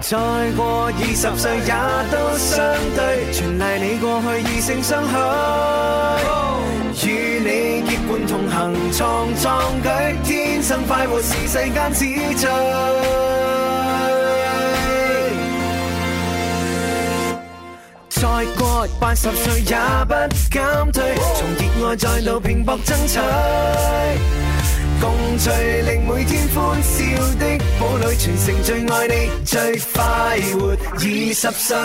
再過二十歲也都相對，全賴你過去異性相許，與你結伴同行創壯舉，天生快活是世間之最。再過八十歲也不減退，從熱愛再度拼搏爭取。共聚令每天歡笑的堡壘，全城最愛你，最快活二十歲。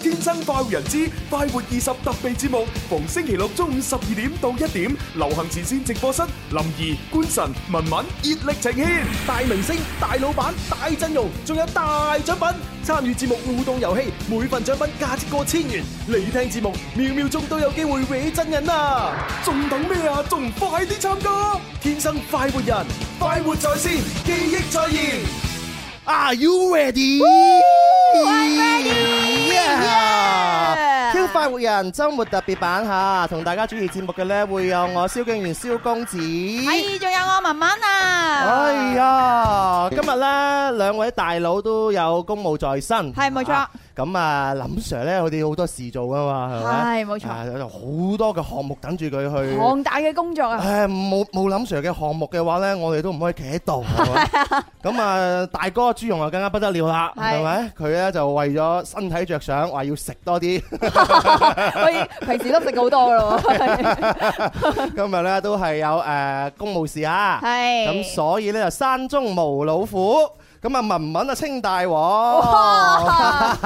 天生快活人之快活二十特備節目，逢星期六中午十二點到一點，流行前線直播室，林怡、官神、文文熱力呈現，大明星、大老闆、大陣容，仲有大獎品。參與節目互動遊戲，每份獎品價值過千元。你聽節目，秒秒鐘都有機會搲真人啊！仲等咩啊？仲唔快啲參加！天生快活人，快活在線，記憶再現。Are you ready？ Yeah！超快活人周末特別版嚇，同大家主持節目嘅咧會有我蕭敬元、蕭公子。係，哎仲有我文文啊！哎呀，今日咧兩位大佬都有公務在身，係 À, 冇錯啊。咁啊，林 Sir 咧，佢哋好多事做噶嘛，係咪？係冇錯 À, 啊有好多嘅項目等住佢去。龐大嘅工作 啊！唉，冇冇林 Sir 嘅項目嘅話咧，我哋都唔可以企喺 度。係咪咁啊，大哥朱容啊，更加不得了啦，係係咪？佢咧就為咗身體着想，話要食多 啲。喂，平時都食好多咯喎，今日咧都係有誒公務事啊，係咁所以咧就山中無老虎，咁啊文文啊清大哦王。哇！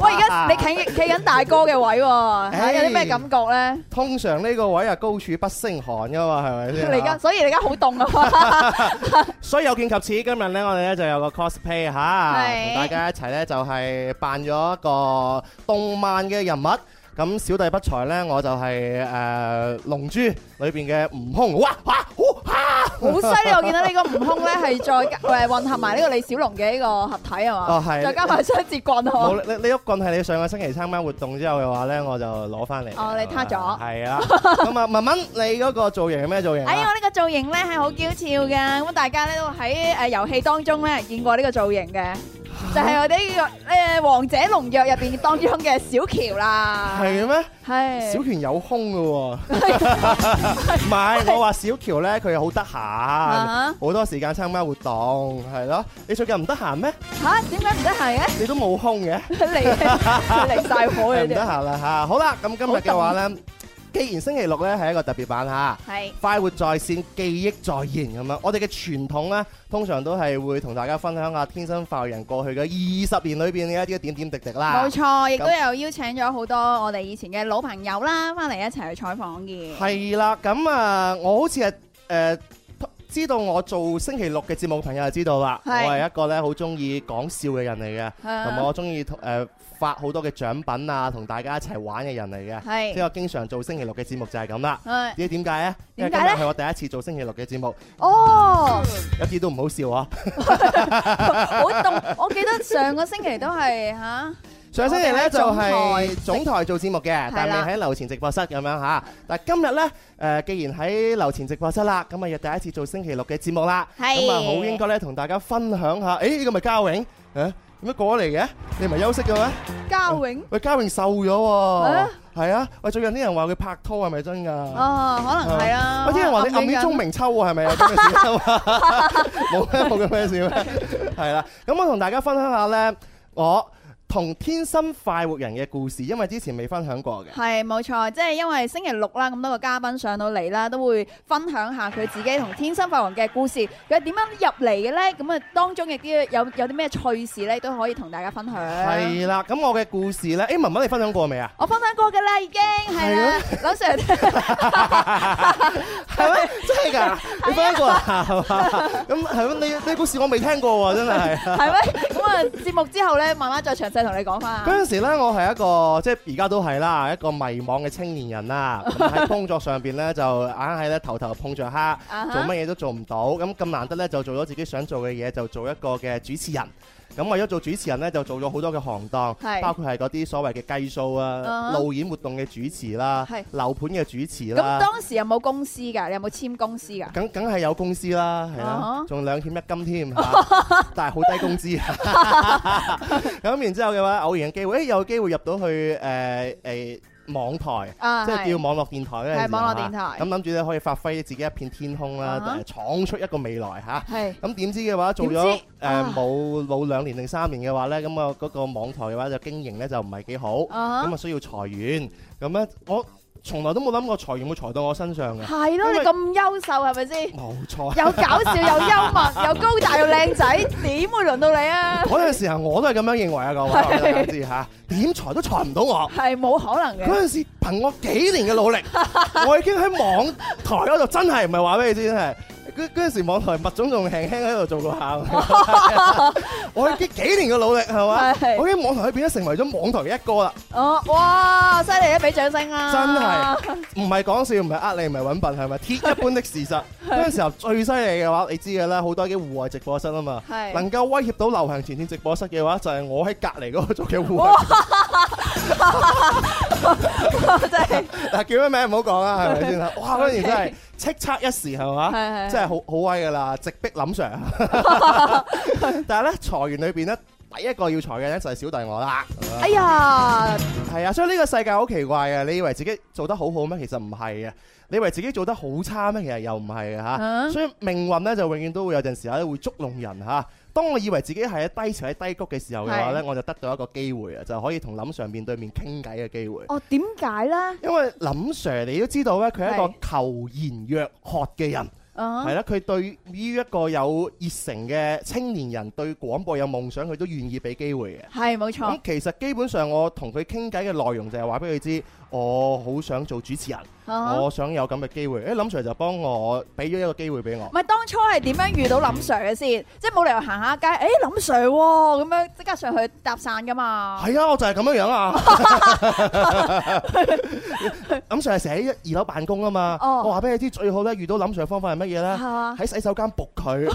喂，而家你企企緊大哥嘅位唉喎，有啲咩感覺咧？通常呢個位啊高處不勝寒噶嘛，係咪先？啊 你而家，所以你而家好 凍啊！所以有見及此，今日咧我哋咧就有個 cosplay 嚇，係同大家一齊咧就係扮咗一個動漫嘅人物。咁小弟不才咧，我就係誒龍珠裏邊嘅悟空，哇哇呼哈！好犀利！我見到呢個悟空咧係再誒混合埋呢個李小龍嘅呢個合體啊哦嘛，係再加埋雙節棍啊冇喎，呢呢一棍係你上個星期參加活動之後嘅話咧，我就攞翻嚟。哦你撻咗係啊，咁啊，文文，你嗰個造型係咩造型哎，啊？我呢個造型咧係好嬌俏嘅，咁大家咧都喺誒遊戲當中咧見過呢個造型嘅，就係我哋呢個誒《王者農藥》入邊當中嘅小喬啦，係嘅咩？係小權有胸嘅 喎，唔係我話小喬咧，佢好得閒啊哈，好多時間參加活動，係咯。你最近唔得閒咩？嚇點解唔得閒 嘅？你都冇胸嘅， 嚟嚟啊晒火係嘅唔得啫，閒啦嚇。好啦，咁今日嘅話咧，既然星期六咧係一個特別版嚇。係快活在線，記憶在現咁樣。我哋嘅傳統呢，通常都係會同大家分享下天生快活人過去嘅二十年裏邊嘅一啲點點滴滴啦。冇錯，亦都有邀請咗好多我哋以前嘅老朋友啦，翻嚟一齊去採訪嘅，係啦，咁啊，我好似係誒。呃知道我做星期六嘅節目嘅朋友就知道啦，我係係一個咧好中意講笑嘅人嚟嘅，啊同埋我中意誒發好多嘅獎品啊，同大家一齊玩嘅人嚟嘅，係即係我經常做星期六嘅節目就係咁啦。誒知唔知點解啊？因為點今解日呢係我第一次做星期六嘅節目，哦。一啲都唔好笑啊！好凍，我記得上個星期都係嚇，上星期咧我哋喺就係總台做節目嘅，但啦未喺樓前直播室咁樣嚇。但今日咧誒，既然喺樓前直播室啦，咁啊又第一次做星期六嘅節目啦，係咁啊好應該咧同大家分享下。誒呢個咪嘉穎誒點解過嚟嘅？你唔係休息嘅咩？嘉永喂，嘉穎瘦咗喎，係啊！喂，最近啲人話佢拍拖係咪真㗎？啊，可能係啦。喂，啲人話嗯你暗影戀鐘明秋喎，係咪有啊咁嘅事冇咩冇咁嘅事咩？係啦，咁我同大家分享下呢，我同天生快活人嘅故事，因為之前未分享過嘅。係啊冇錯，即係因為星期六啦，咁多個嘉賓上到嚟啦，都會分享下佢自己同天生發王嘅故事，佢係點樣入嚟嘅咧？咁啊，當中亦都有有啲咩趣事咧，都可以同大家分享。係啦，咁我嘅故事呢，誒文文你分享過 未啊？我分享過㗎啦，已經係啦，林 Sir 係咩？真係㗎？你分享過啊？係嘛咁係咩？你你故事我未聽過喎，真係。係咩？咁啊，節目之後咧，慢慢再詳細同你講翻。嗰陣時咧，我係一個即係而家都係啦，一個迷茫嘅青年人 啦。咁喺工作上邊咧，就硬係咧頭頭碰着黑，啊哈做乜嘢都做唔到。咁咁難得咧，就做咗自己想做嘅嘢，就做一個嘅主持人。咁為咗做主持人呢，就做咗好多嘅行當，係包括係嗰啲所謂嘅計數啊啊、路演活動嘅主持啦係、樓盤嘅主持咁啦，當時有冇公司㗎？你有冇簽公司㗎？梗梗係有公司啦，係啊啦哈，仲兩險一金 添，嚇但係好低工資。 咁然之後嘅話，偶然嘅機會，誒有機會入到去誒誒網台。啊，即係叫係網絡電台咧，係網絡電台啊咁諗住咧可以發揮自己一片天空啦，啊哈誒闖出一個未來嚇。係咁點知嘅話做點咗知誒啊冇冇兩年定三年嘅話咧，咁啊嗰個網台嘅話就經營咧就唔係幾好，啊咁啊需要裁員。咁咧我從來都冇諗過裁員會裁到我身上嘅，係咯，你咁優秀係咪 先？冇錯。又搞笑又幽默又高大又靚仔，點會輪到你啊？ 嗰陣時候我都係咁樣認為啊，各位我俾大家知嚇，點裁都裁唔到我。係冇可能嘅。嗰陣時憑我幾年嘅努 力，我已經喺網台嗰度真係唔係話俾你知，真係。嗰嗰陣時網台麥總仲輕輕喺度做過下， 我已經幾年嘅努力係嘛係，我已經網台裏邊咧成為咗網台嘅一哥啦，哦，哇，犀利啊！俾掌聲啊啦！真係唔係講笑，唔係呃你，唔係揾笨，係咪鐵一般的事實？嗰陣時候最犀利嘅話，你知嘅啦，好多啲戶外直播室啊嘛，係能夠威脅到流行前線直播室嘅話，就係我喺隔離嗰個做嘅戶外直播室， 真係嗱叫咩名唔好講啦，係咪先啦？啊 哇！嗰陣時真係叱咤一時係嘛？係真係好好威噶啦，直逼林 Sir。但啊係 咧，裁員裏邊咧，第一個要裁嘅咧就係小弟我啦。哎呀，係啊，所以呢個世界好奇怪嘅，你以為自己做得好好咩？其實唔係嘅。你以為自己做得好差咩？其實又唔係嘅嚇。嗯所以命運咧就永遠都會有陣時咧會捉弄人嚇。當我以為自己係喺低潮喺低谷嘅時候嘅話咧，我就得到一個機會啊，就可以同林 Sir 面對面傾偈嘅機會。哦，點解咧？因為林 Sir 你都知道咧，佢係一個係求賢若渴嘅人。啊係，啦，佢對於一個有熱誠嘅青年人，對廣播有夢想，佢都願意俾機會嘅。係冇咁錯，其實基本上我同佢傾偈嘅內容就係話俾佢知，我好想做主持人，啊我想有咁嘅機會。誒，林 Sir 就幫我俾咗一個機會俾我唔。係當初係點樣遇到林 Sir 嘅先？即係冇理由行下街，誒林 Sir 喎咁樣即刻上去搭訕噶嘛？係啊，我就係咁樣樣 啊！林 Sir 係成日喺一二樓辦公啊嘛，哦我話俾你知最好咧，遇到林 Sir 嘅方法係乜嘢咧？啊喺洗手間仆佢。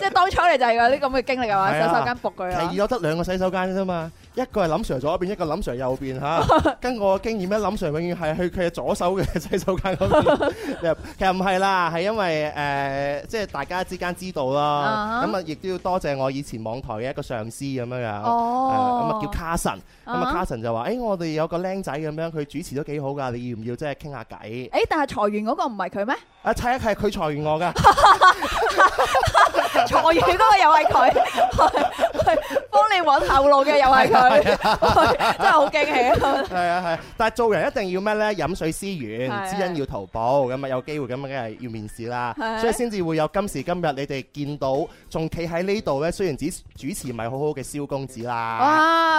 即係當初你就係有啲咁嘅經歷係嘛？係啊手手間仆佢其二啦，有得兩個洗手間啫嘛，一個係林 Sir 左邊，一個林 Sir 右邊嚇。 跟我經驗咧，林 Sir 永遠係去佢嘅左手嘅洗手間嗰 邊。其實唔係啦，係因為誒、呃即係大家之間知道啦。啊哈咁啊，亦都要多謝我以前網台嘅一個上司咁樣樣。哦誒咁啊叫卡神，咁啊啊哈卡神就話：，誒、我哋有個僆仔咁樣，佢主持都幾好㗎，你要唔要即係傾下偈？誒但係裁員嗰個唔係佢咩？ 啊，砌一係佢裁完我㗎。裁員嗰個又係佢， 幫你揾後路嘅又係佢，啊 真係好驚喜啊！係啊係啊，但係做人一定要咩咧？飲水思源係，啊知恩要圖報，咁啊有機會咁啊，梗係要面試啦係，啊所以先至會有今時今日你哋見到仲企喺呢度咧。雖然主主持咪好好嘅蕭公子啦，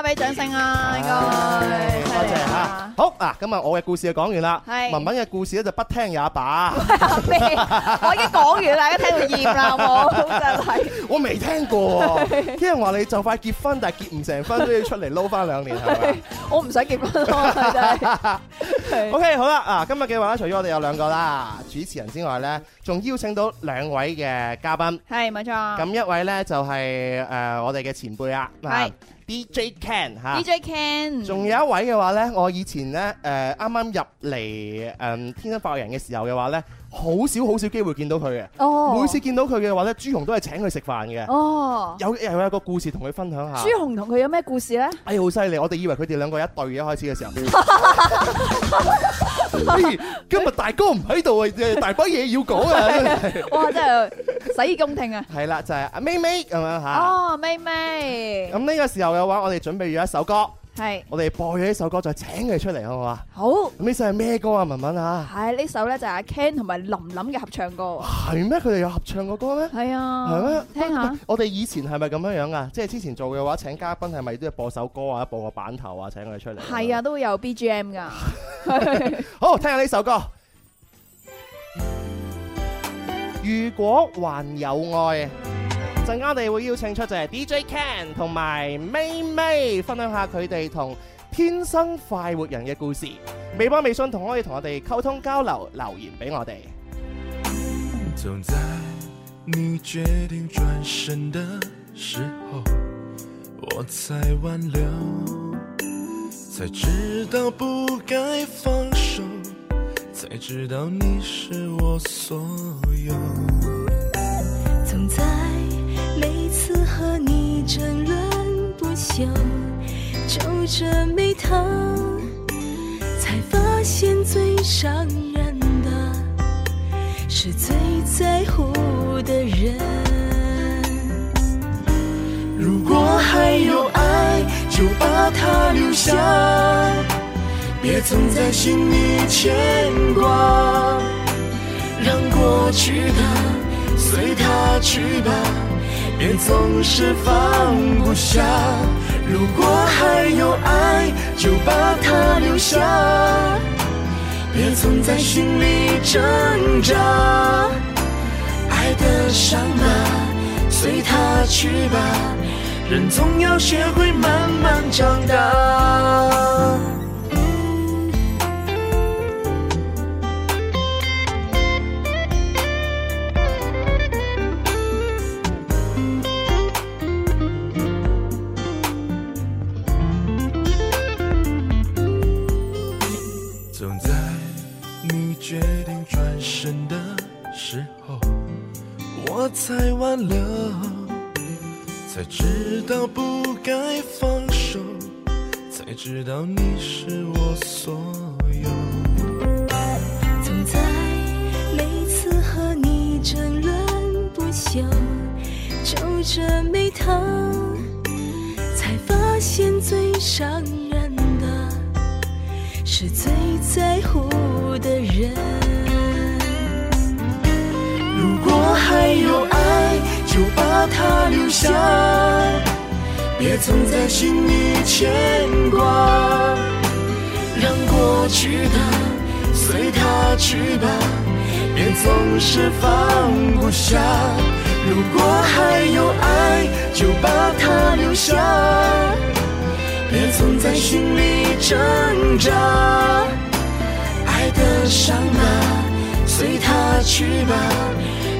哇！俾掌聲啊，應該啊多謝啊嚇。好嗱，今日我嘅故事就講完啦，係文文嘅故事咧就不聽也 罷，咩？我已經講完啦，大家聽到厭啦，好冇？真係我未聽過 喎，啲人話你就快結婚，但係結唔成婚都要出嚟撈翻兩年係 咪？我唔想結婚咯，真係。係 OK，好啦，啊，今日嘅話咧，除咗我哋有兩個啦，主持人之外咧，仲邀請到兩位嘅嘉賓。係冇錯咁一位咧就係誒我哋嘅前輩啊，啊係 DJ Ken 嚇。 ，DJ Ken，仲有一位嘅話咧，我以前咧誒啱啱入嚟誒天生發人嘅時候嘅話咧，好少好少機會見到佢嘅。哦，每次見到佢嘅話咧，朱紅都係請佢食飯嘅。哦，有又有一個故事同佢分享下朱。紅同佢有咩故事咧？哎，好犀利！我哋以為佢哋兩個一對嘅一開始嘅時 候。哎今日大哥唔喺度啊，大把嘢要講啊！哇，真係洗耳恭聽啊！係啦，就係阿咪咪咁樣嚇。哦，妹妹咁，呢個時候嘅話，我哋準備咗一首歌。係我哋播咗呢首歌，再請佢出嚟好唔好啊？好。咁呢首係咩歌啊？文文啊，係呢首咧就係阿 Ken 同埋林林嘅合唱歌，係咩？佢哋有合唱過歌咩？係係咩啊？，聽喂下喂我哋以前係咪咁樣樣啊？即係之前做嘅話，請嘉賓係咪都要播首歌啊，播個版頭啊，請佢哋出嚟？係啊，，都會有 BGM 噶，好，聽下呢首歌。如果還有愛，陣間我哋會邀請出就係 DJ Ken 同埋 May May 分享下佢哋同天生快活人嘅故事。微博、微信同可以同我哋溝通交流，留言俾我哋。總在你决定转身的时候，我才挽留，才知道不该放手，才知道你是我所有。总在每次和你争论不休，皱着眉头，才发现最伤人的是最在乎的人。如果还有爱，就把它留下，别总在心里牵挂。让过去的随它去吧，别总是放不下。如果还有爱，就把它留下，别总在心里挣扎。爱的伤疤，随它去吧。人总要学会慢慢长大。总在你决定转身的时候，我才挽留，才知道不该放手，才知道你是我所有。总在每次和你争论不休，皱着眉头，才发现最伤人的是最在乎的人。如果还有爱，就把它留下，别总在心里牵挂。让过去的随它去吧，别总是放不下。如果还有爱，就把它留下，别总在心里挣扎。爱的伤疤，随它去吧。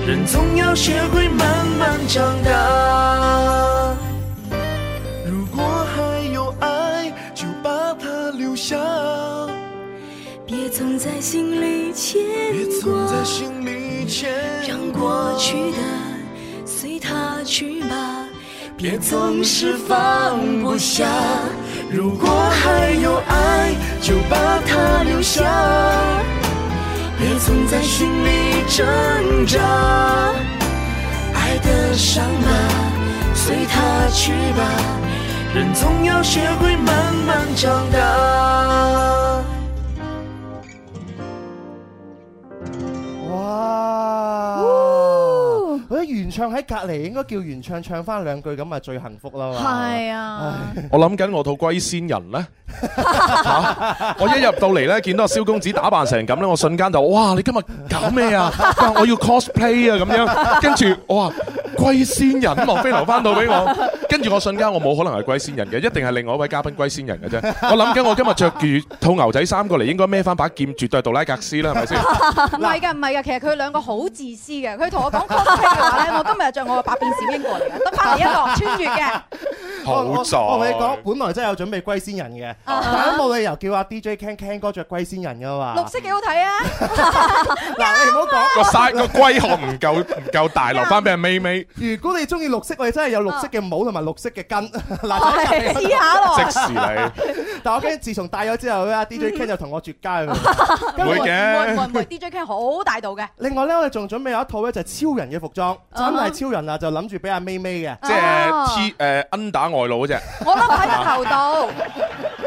人总要学会慢慢长大。如果还有爱，就把它留下，别总在心里牵别挂总，在心里牵让挂过去的随它去吧，别总是放不下。如果还有爱，就把它留下，别总在心里挣扎。爱的伤疤，随它去吧，人总要学会慢慢长大。哇！我覺得原唱喺隔離應該叫原唱唱翻兩句咁啊最幸福啦嘛！係啊， 我諗緊我套龜仙人咧，嚇我一入到嚟咧，見到阿蕭公子打扮成咁咧，我瞬間就哇！你今日搞咩啊？哇我要 cosplay 啊咁樣，跟住我話龜仙人，莫非留翻到俾我？跟住我瞬間我冇可能係龜仙人嘅，一定係另外一位嘉賓龜仙人嘅啫。我諗緊我今日着住套牛仔衫過嚟，應該孭翻把劍，絕對係杜拉格斯啦，係咪先？唔係㗎，唔係㗎，其實佢兩個好自私嘅。佢同我講 cosplay 嘅話咧，我今日着我嘅百變小櫻過嚟嘅，得翻嚟一個穿越嘅。我好在我我同你講，本來真係有準備龜仙人啊嘅，但係都冇理由叫阿 DJ Ken Ken 哥着龜仙人噶嘛。綠色幾好睇啊！嗱，你唔好講。個曬個龜殼唔夠唔夠大，留翻俾阿咪咪如果你中意綠色，我哋真係有綠色嘅帽同埋綠色嘅巾。 哦嗱，試下咯。即時你， 但我驚自從戴咗之後咧，DJ Ken 就同我絕交啦。嗯唔會唔嘅會。唔會 DJ K 好大度嘅，另外咧，我哋仲準備有一套咧就係超人嘅服裝，真哦係超人啊，就諗住俾阿咪咪嘅。啊即係 T 誒 under 外露嗰只，我笠喺個頭度，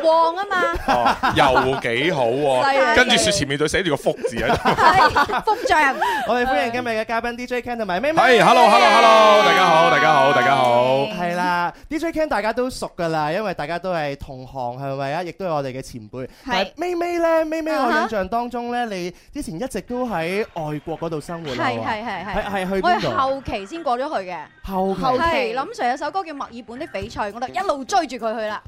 旺啊嘛，哦又幾好犀喎！利跟住説前面對寫住個福字喺 度。係腹脹。我哋歡迎今日嘅嘉賓 DJ Ken 同埋咪咪。係，hello，hello，hello，大家好，大家好，大家好。係啦，DJ Ken 大家都熟噶啦，因為大家都係同行係咪啊？亦都係我哋嘅前輩。但係咪咪咧，咪咪我啊哈印象當中咧，你之前一直都喺外國嗰度生活啦係係嘛係係係係，係去我邊度係啊？後期先過咗去嘅。後後後期林 Sir 有首歌叫《墨爾本的翡翠》，我就一路追住佢去啦。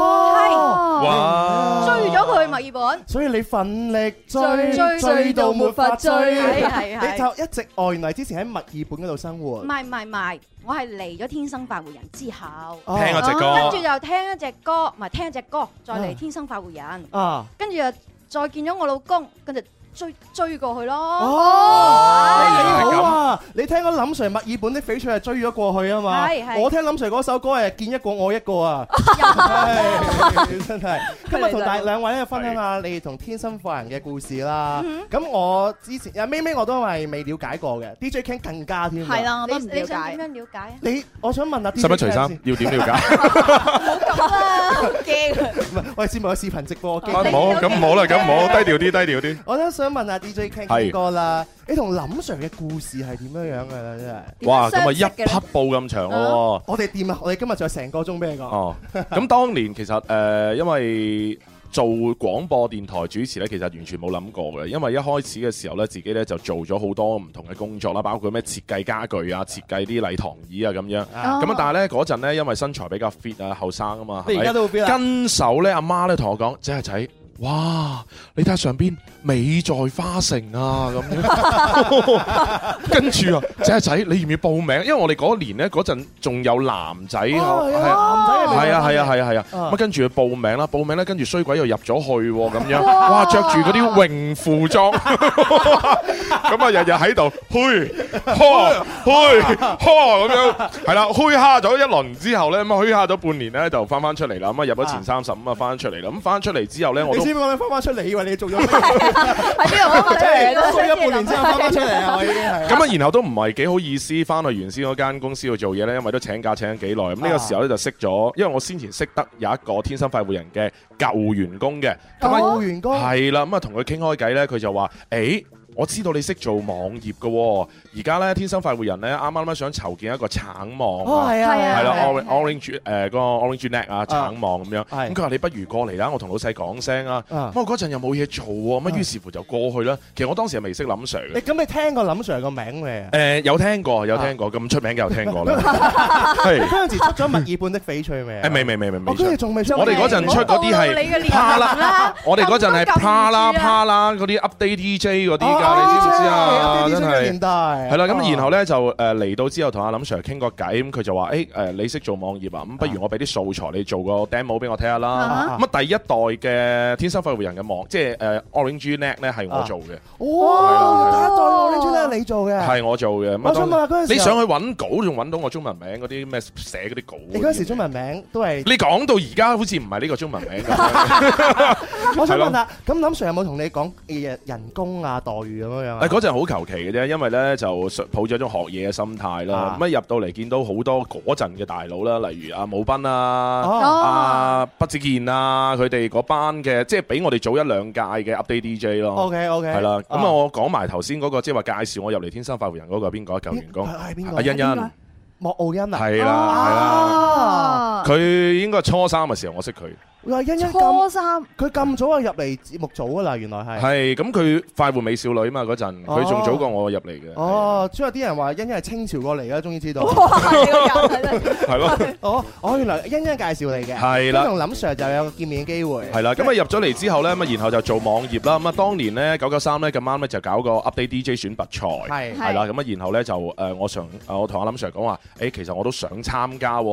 哦，哇！追咗佢墨爾本。所以你奮力追追，追追到沒法追，係係係你就一直外嚟之前喺墨爾本嗰度生活唔。係唔係唔係，我係嚟咗天生快活人之後，哦聽我隻歌，跟住就聽一隻歌，唔係聽一隻歌，再啊嚟天生快活人，啊！跟住又再見咗我老公，跟住追追過去咯。哦，原來係你咁好啊！你聽嗰林 Sir 墨爾本啲翡翠係追咗過去啊嘛係，係我聽林 Sir 嗰首歌係見一個愛一個啊，係真係。今日同大兩位咧分享下你哋同天生快人嘅故事啦。咁我之前啊，咪咪我都係未了解過嘅，DJ King 更加添。啊係。啦，我你都唔你了想點解，樣了解啊？你我想問下 DJ 使唔使除 King 衫先？ 要點了解？驚唔係，我哋節目有視頻直播機。啊唔好，咁唔好啦，咁唔好，低調啲，低調啲。我都想問下 DJ King 係邊個啦？你同林 Sir 嘅故事係點樣樣嘅咧？真係，哇，咁啊點樣一相識嘅匹咧布咁長咯喎。我哋掂啊！我哋今日仲有成個鐘俾你講。哦，咁當年其實誒、呃因為做廣播電台主持咧，其實完全冇諗過嘅，因為一開始嘅時候咧，自己咧就做咗好多唔同嘅工作啦，包括咩設計家具啊、設計啲禮堂椅啊咁樣。啊咁啊，但係咧嗰陣咧，因為身材比較 fit 啊，後生啊嘛，你係而咪家都會 fit 啦跟手咧，阿媽咧同我講：仔啊仔，哇！你睇下上邊美在花城啊咁樣。跟住啊，仔啊仔，你要唔要報名？因為我哋嗰年咧嗰陣仲有男仔，哦係係啊，男仔係啊係啊係啊係啊，啊咁啊跟住佢報名啦，報名咧跟住衰鬼又入咗去喎咁樣，哇着住嗰啲泳褲 裝，咁啊日日喺度噓 呵噓呵咁樣，係啦噓蝦咗一輪之後咧，咁啊噓蝦咗半年咧就翻翻出嚟啦，咁啊入咗前三十五啊翻出嚟啦，咁翻出嚟之後咧我你都先講你翻翻出嚟，以為你 做咗咩？即喺邊度揾係我衰咗半年之後翻翻出嚟啊！我已經 係咁啊，然後都唔係幾好意思翻去原先嗰間公司度做嘢咧，因為都請假請咗幾耐。咁呢個時候咧就識咗，因為我先前識得有一個天生快活人嘅舊員工嘅，咁啊舊員工係啦，咁啊同佢傾開偈咧，佢就話：，誒、我知道你識做網頁嘅、喎，而家咧天生快活人咧啱啱咧想籌建一個橙網哦啊。係啊係係啦啊， ，orange orange 誒嗰個 orange net 啊，橙網咁樣。係咁佢話你不如過嚟啦，我同老細講聲啊。啊咁我嗰陣又冇嘢做喎，咁啊於是乎就過去啦。其實我當時係未識林 Sir 嘅你。咁你聽過林 Sir 個名未啊誒、？有聽過，有聽過，咁出名嘅有聽過啦。你係嗰陣時出咗墨爾本的翡翠未啊？誒，未未未未我未出跟。住仲未出。我哋嗰陣出嗰啲我暴露你嘅係年齡啪啦啦，我哋嗰陣係啪啦咁都撳唔住啊啪啦嗰啲 update DJ 嗰啲哦㗎，你知唔知哦啊？呢啲真呢啲係年。代係係啦，哦咁然後咧就誒呃嚟到之後同阿林 Sir 傾個偈，咁佢就話：誒誒，你識做網頁啊？咁不如我俾啲素材你做個 demo 俾我睇下啦。啊咁啊，第一代嘅天生快活人嘅網，即係誒 Orange Net 咧係我做嘅，哇！第一代我呢張咧你做嘅，係我做嘅。咁啊我想問下嗰陣時你上去揾稿仲揾到我中文名嗰啲咩寫嗰啲稿嗰啲嘢？你嗰陣時中文名都係。你講到而家好似唔係呢個中文名咁 樣，我想問下，咁林 Sir 有冇同你講誒人工啊待遇咁樣樣誒啊？嗰陣好求其嘅啫，因為咧就抱咗一種學嘢嘅心態啦啊。咁一入到嚟見到好多嗰陣嘅大佬啦，例如阿武斌啊、哦阿畢志健啊，佢哋嗰班嘅，即係比我哋早一兩屆嘅 update DJ 咯。 ，OK OK，係啦，咁啊，我講埋頭先嗰個，即係話介紹我入嚟天生快活人嗰個係邊個啊？舊員工係係邊個阿欣欣，莫奧恩啊，係啦係啦，啊，佢應該係初三嘅時候我識佢。哇，欣欣初咁，三，佢咁早啊入嚟節目組噶啦，原來係。係咁，佢快活美少女嘛嗰陣，佢仲早過我入嚟嘅。哦，所以有啲人話欣欣係清朝過嚟噶，終於 知道。哦係 咯。哦，哦，原來欣欣介紹你嘅，係啦咁同林 Sir 就有個見面嘅機會。係啦，咁啊入咗嚟之後呢，咁啊然後就做網頁啦。咁啊當年呢，九九三呢咁啱呢，就搞個 update DJ 選拔賽，係係係啦。咁啊然後呢，就誒、呃我想呃我同阿林 Sir 講話，誒、其實我都想參加喎。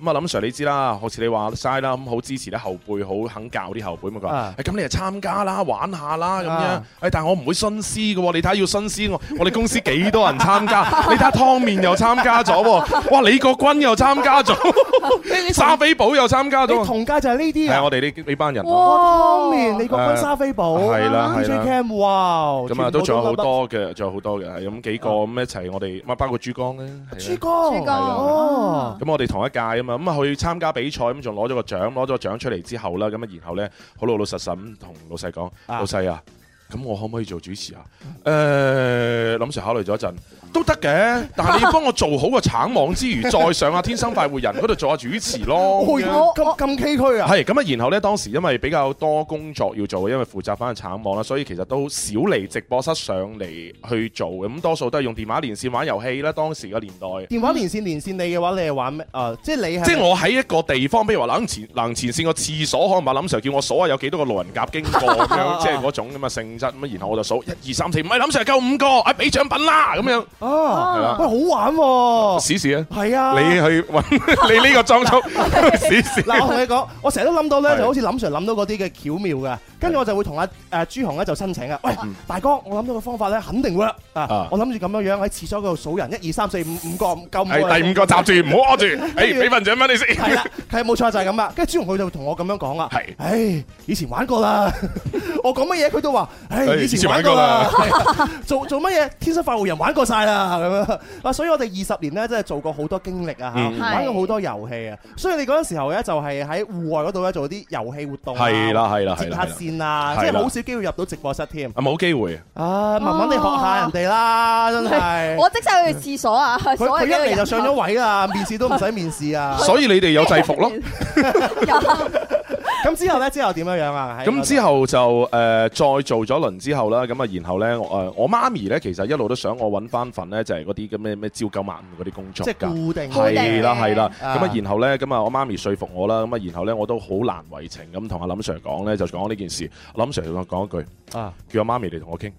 咁啊林 Sir 你知啦，好似你話嘥啦，咁好支持啲後輩，好肯教啲後輩嘛。佢話啊誒咁你就參加啦，玩下啦咁樣。誒啊、但係我唔會徇私嘅喎，你睇下要徇私，我我哋公司幾多人參 加？你睇下湯面又參加咗喎，哇李國軍又參加咗， 沙菲寶又參加你咗，同屆就係呢啲係啊。我哋呢呢班人咯。哇，當年你國誒軍沙菲堡，係啦係 DJ 啦 Cam，哇，咁啊，全部都仲有好粒粒。多嘅，仲有好多嘅，係咁幾個咁一齊，我哋包括珠江咧，係珠啊江，珠江哦，咁我哋同一屆啊嘛，咁啊去參加比賽，咁仲攞咗個獎，攞咗個獎出嚟之後啦，咁啊然後咧，好老老實實咁同老細講，啊老細啊，咁我可唔可以做主持啊？誒、林 Sir 考慮咗一陣，都得嘅，但係你要幫我做好個橙網之餘，再上下天生快活人嗰度做下主持咯。咁樣哦，咁咁崎嶇啊！係咁啊，然後咧當時因為比較多工作要做，因為負責翻橙網啦，所以其實都少嚟直播室上嚟去做嘅，咁多數都係用電話連線玩遊戲啦。當時個年代，電話連線連線你嘅話，你係玩咩？啊，即係你係即係我喺一個地方，譬如話冷前冷前線個廁所，可能話林 Sir 叫我數下有幾多個路人甲經過咁 樣，即係嗰種咁嘅性質。咁然後我就數一二三四，唔係林 Sir 夠五個，啊俾獎品啦咁樣。係啊，啦喂，好玩喎！試試啊！係啊，你去揾 你呢個裝 束試 嗱，試。我同你講，我成日都諗到咧，係就好似林 Sir 諗到嗰啲嘅巧妙噶，跟住我就會同阿誒朱紅咧就申請啊，喂，大哥，我諗到個方法咧，肯定 work 啊嗯啊！我諗住咁樣樣喺廁所嗰度數人，一二三四五五個，夠啊五個係人第五個閘住，唔好屙住。誒，俾份獎品你係先啦。，係冇錯就係咁啦。跟住朱紅佢就同我咁樣講啊，係唉，以前玩過啦。 我講乜嘢佢都話，唉，唉以前玩過啦。 係啊做做乜嘢？天生快活人玩過晒啦咁樣。啊，所以我哋二十年咧，真係做過好多經歷啊，嗯嚇玩過好多遊戲啊。所以你嗰陣時候咧，就係喺戶外嗰度咧做啲遊戲活動啊，係啦係啦接係啦下線啊，係啦即係好少機會入到直播室添。啊，冇機會。啊，慢慢地學下人哋啦，真係。 我即刻去廁所啊！佢所佢謂一嘅嚟就人上咗位啦，面試都唔使面試啊。所以你哋有 制服 咯。咁之後咧，之後點樣樣啊？喺嗰度咁之後就誒、呃再做咗輪之後啦，咁啊然後咧我誒我媽咪咧其實一路都想我揾翻份咧就係嗰啲咁咩咩朝九晚五嗰啲工作即係㗎。固定固定係啦係啦，啊咁啊然後咧咁啊我媽咪說服我啦，咁啊然後咧我都好難為情咁同阿林 Sir 講咧，就講呢件事。林 Sir 同我講一句，啊，叫阿媽咪嚟同我傾。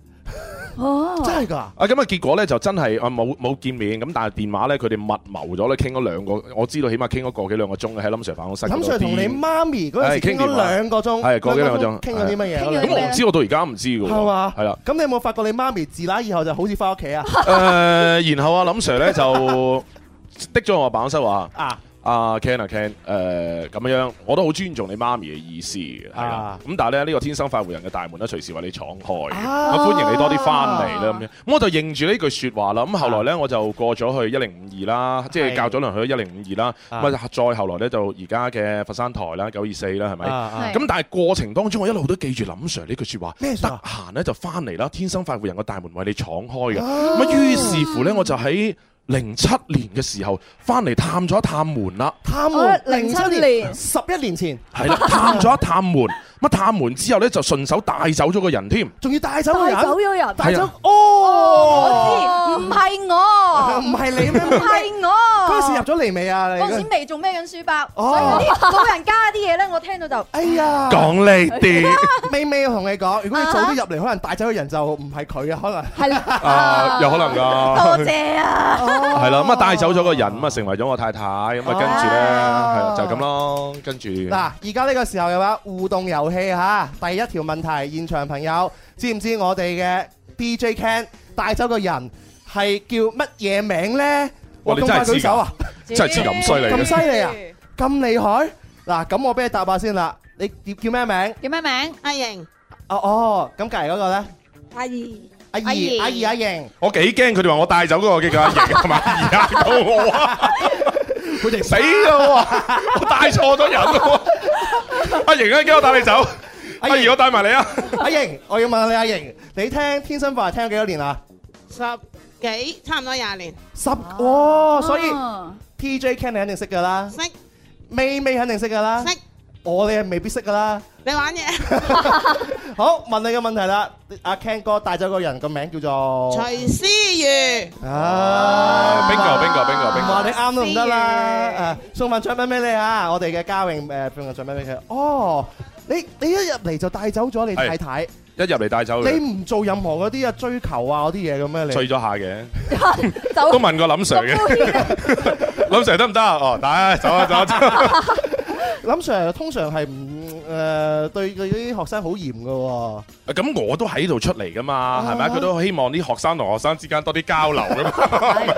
哦，真係㗎，啊咁啊結果咧就真係啊冇冇見面，咁但係電話咧佢哋密謀咗咧傾咗兩個，我知道起碼傾咗個幾兩個鐘嘅喺林 Sir 辦公室嗰度林 Sir 同你癲媽咪嗰陣係時傾傾咗電話兩個鐘，係過幾兩個鐘傾咗啲乜嘢？傾咗啲咁咩我唔知，我到而家唔知㗎喎。係嘛？係啦。咁你有冇發覺你媽咪自那以後就好似翻屋企 啊？誒、然後啊，林 Sir 咧 就的咗我辦公室話：啊，阿 Ken 啊 Ken，誒、咁呃樣，我都好尊重你媽咪嘅意思嘅，係啦啊。咁但係咧，呢、呢個天生快活人嘅大門咧，隨時為你闖開，啊啊、歡迎你多啲翻嚟啦咁樣。咁我就認住呢句説話啦。咁後來咧，我就過咗去一零五二啦，即啊係係教咗輪去咗一零五二啦。啊咁啊，再後來咧就而家嘅佛山台啦，九二四啦，係咪？啊啊咁但係過程當中，我一路都記住林 Sir 呢句説話，咩得 Sir 啊閒咧就翻嚟啦，天生快活人個大門為你闖開嘅。咁啊，於是乎咧，我就喺零七年嘅時候翻嚟探咗一探門啦，探我門哦零07七年年十一年前， 係啦，探咗一探門，乜探門之後咧就順手帶走咗個人添，仲要帶走個帶走人，咗 人，帶係走啊哦，唔係我，唔係 你咩？唔係我。嗰陣時入咗嚟未啊？你嗰陣嗰時未仲孭緊書包，哦所以嗰啲老人家啲嘢咧，我聽到就哎呀，講呢 啲美美我同你講，如果你早啲入嚟，可能帶走個人就唔係哦佢啊，可能。係啦，啊，有可能多㗎。謝啊！ 係啦，咁啊帶走咗個人，咁啊成為咗我太太，咁啊跟住咧係啦就咁咯，跟住啊嗱，而家呢個時候嘅話，互動遊戲嚇，第一條問題，現場朋友知唔知我哋嘅 DJ Ken 帶走個人係叫乜嘢名呢？哇哇你真係咁快舉手啊，真係知咁犀利咁嘅，犀利啊，咁厲害！嗱，咁我俾你答下先啦，你叫叫咩名？叫咩名？阿瑩，哦哦，咁隔離嗰個呢？阿怡，阿阿儀，儀阿儀，阿瑩， 我幾驚佢哋話我帶走嗰個嘅叫阿瑩係嘛，而家到我啊！佢哋死咯！我帶錯咗人喎。阿瑩啊，叫我帶你走。阿阿瑩儀，我帶埋你啊。阿瑩，我要問下你阿瑩，你聽天生快活人聽咗幾多年啊？十幾差唔多廿年，十哦，所以啊 TJ Ken 你肯定識噶啦，識美美肯定識噶啦，識，我哋係未必識噶啦。你玩嘢， 好，問你個問題啦，阿 Ken 哥帶走個人個名叫做，徐思如，啊 Bingo bingo bingo 唔話 bingo。你啱都唔得思啦，誒送份獎品俾你啊！我哋嘅嘉穎誒送份獎品俾佢。哦，你你一入嚟就帶走咗你太太，一入嚟帶走你佢，唔做任何嗰啲啊追求啊嗰啲嘢咁咩？你醉咗下嘅，走都問過林 Sir 嘅。 林 Sir 得唔得啊？哦，帶走啊走啊走 啊。林 Sir 通常係唔誒對佢啲學生好嚴嘅喎。咁我都喺度出嚟噶嘛，係咪？佢都希望啲學生同學生之間多啲交流噶嘛。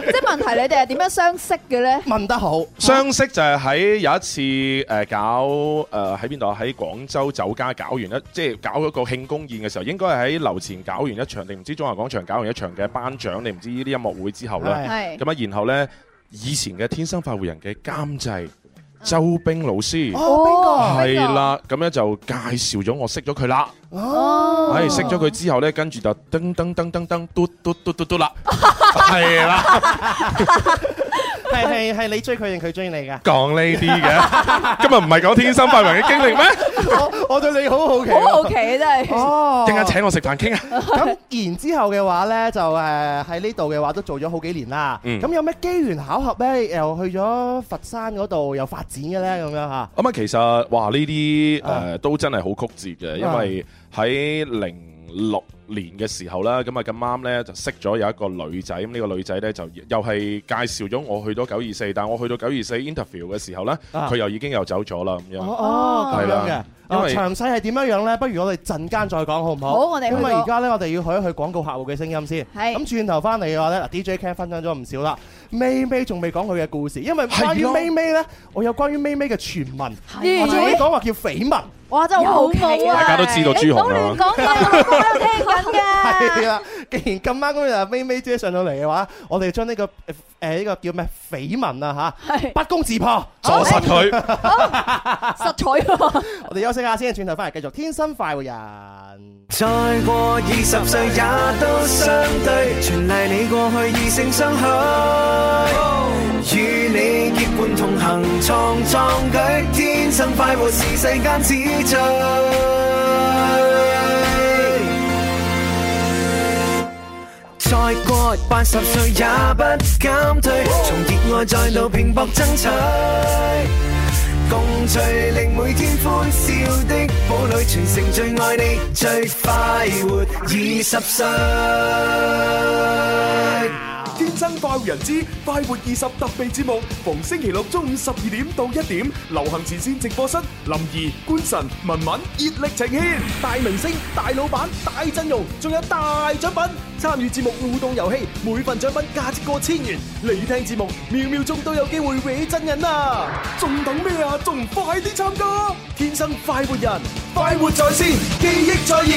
即係問題，你哋係點樣相識嘅咧？問得好，相識就係喺有一次誒、呃搞誒喺邊度啊？喺廣州酒家搞完一即係搞一個慶功宴嘅時候，應該係喺樓前搞完一場定唔知中華廣場搞完一場嘅頒獎，你唔知呢啲音樂會之後咧，係係咁啊，然後咧以前嘅天生快活人嘅監製周冰老師。哦，係啦，咁樣就介紹咗我識咗佢啦。邊個？哦，係識咗佢之後咧，跟住就噔噔噔噔噔嘟嘟嘟嘟嘟 啦，係啦，係係係你追佢定佢追你㗎？講呢啲嘅，今日唔係講天生快活人嘅經歷咩？我我對你好好奇。好好奇啊真係。哦，陣間請我食飯傾 啊！咁然之後嘅話咧，就誒喺呢度嘅話都做咗好幾年啦。嗯咁有咩機緣巧合咧，又去咗佛山嗰度又發展嘅咧？咁樣嚇。咁啊，其實哇，呢啲誒啊都真係好曲折嘅，因為喺零六年嘅時候啦，咁啊咁啱咧就識咗有一個女仔，咁呢個女仔咧就又係介紹咗我去到九二四，但我去到九二四 interview 嘅時候咧，啊佢又已經又走咗啦咁樣。哦哦，咁係樣啦嘅。因哦，為詳細係點樣樣咧？不如我哋陣間再講好唔好？好我哋去因為個而家咧，我哋要去一去廣告客戶嘅聲音先。係咁轉頭翻嚟嘅話咧嗱，DJ Ken 分享咗唔少啦。妹妹仲未講佢嘅故事，因為係關於咯妹妹咧，我有關於妹妹嘅傳聞，咦或者可以講話叫緋聞。哇！真係好好奇啊！大家都知道朱紅啦唔好亂講嘢，我喺度聽緊係㗎。啦，既然咁啱咁啊，妹妹姐上到嚟嘅話，我哋將呢個誒呢個叫咩緋聞啊嚇，係不攻自破。阻實佢。哦實彩喎，我哋休息下先，轉頭翻嚟繼續天生快活人。再過二十歲也都相對，全賴你過去異性相許，與你結伴同行創壯舉，天生快活是世間之最。再過八十歲也不減退，從熱愛再度拼搏爭取。共聚令每天歡笑的堡壘，全城最愛你，最快活二十歲。天生快活人之快活二十特備節目，逢星期六中午十二點到一點，流行前線直播室，林怡、官神、文文熱力呈現，大明星、大老闆、大陣容，仲有大獎品。參與節目互動遊戲，每份獎品價值過千元。你聽節目，秒秒鐘都有機會搲真人啊！仲等咩啊？仲快啲參加！天生快活人，快活在線，記憶再現。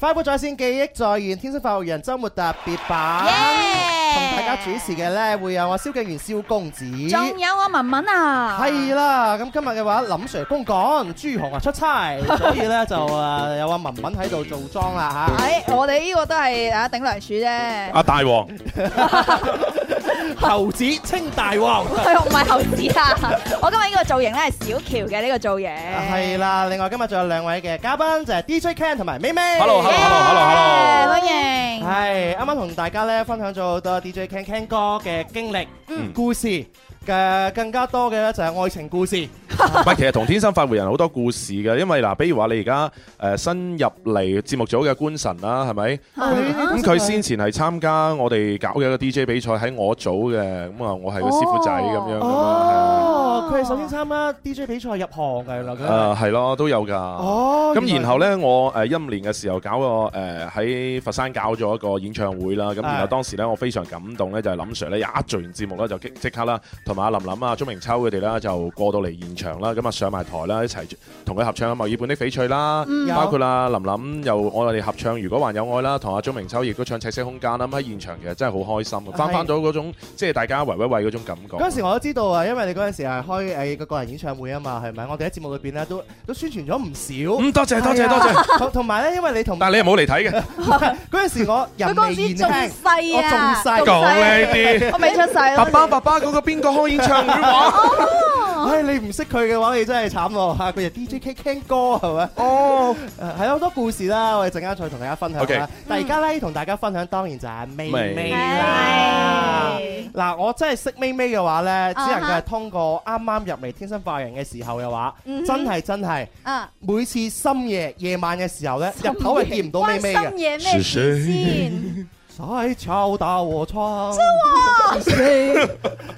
快活在線記憶再現，天生快活人週末特別版，同大家主持嘅呢會有我蕭敬元蕭公子，仲有我文文啊，係啦。咁今日嘅話，林 Sir 公幹，朱紅啊出差，所以呢就誒有阿文文喺度做啊裝啦嚇。唉，我哋呢個都係啊頂梁柱 啫，阿大王，猴子稱大王。唔係猴子啊！我今日呢個造型咧係小喬嘅呢個造型，係啦，另外今日仲有兩位嘅嘉賓就係 DJ Ken 同埋 May May。 Hello，hello Hello，hello，hello 歡迎。係啱啱同大家咧分享咗好多 DJ Ken Ken 哥嘅經歷、故事嘅，更加多嘅咧就係愛情故事。唔係其實同天生快活人好多故事嘅，因為嗱，比如話你而家誒新入嚟節目組嘅官神啦，係咪？啊咁佢先前係參加我哋搞嘅一個 DJ 比賽喺我組嘅，咁啊我係個師傅仔咁樣咁啊，哦，佢係首先參加 DJ 比賽入行嘅，原來佢係。誒係咯都有㗎。哦，咁原來然後呢，我誒一五年嘅時候搞個誒喺佛山搞咗一個演唱會啦，咁然後係當時呢，我非常感動呢，就係林 Sir 呢，一做完節目呢，就即即刻啦，同埋阿林林啊、鐘明秋佢哋啦就過到嚟現場啦，咁啊上埋台啦，一齊同佢合唱《墨爾本的翡翠》啦，有包括啦林林又我哋合唱《如果還有愛》啦，同阿鐘明秋亦都唱《赤色空間》啦，咁喺現場其實真係好開心嘅，翻翻到嗰種即係大家圍圍圍嗰種感覺。嗰陣時我都知道啊，因為你嗰陣時係開誒個個人演唱會啊嘛，係咪？我哋喺節目裏邊咧都都宣傳咗唔少。嗯，多謝啊多謝多謝，謝。同同埋咧，因為你同但係你又冇嚟睇嘅，嗰陣時我人佢嗰微陣時言仲輕。細啊，我仲細講呢啲。我未出世啊。爸爸爸爸嗰個邊個開演唱會話？ 唉，你唔識佢嘅話，你真係慘咯嚇！佢係 DJ K Ken 哥係咪？哦，誒 係有好多故事啦，我哋陣間再同大家分享啦。 OK 但係而家咧同大家分享，當然就係妹微妹啦。係嗱，我真係識妹妹嘅話咧，只能夠啊哈係通過啱啱入嚟天生化人嘅時候嘅話，嗯真係真係啊，每次深夜夜晚嘅時候咧，入口係見唔到妹關妹心嘅。嘢咩事先？在敲打和窗，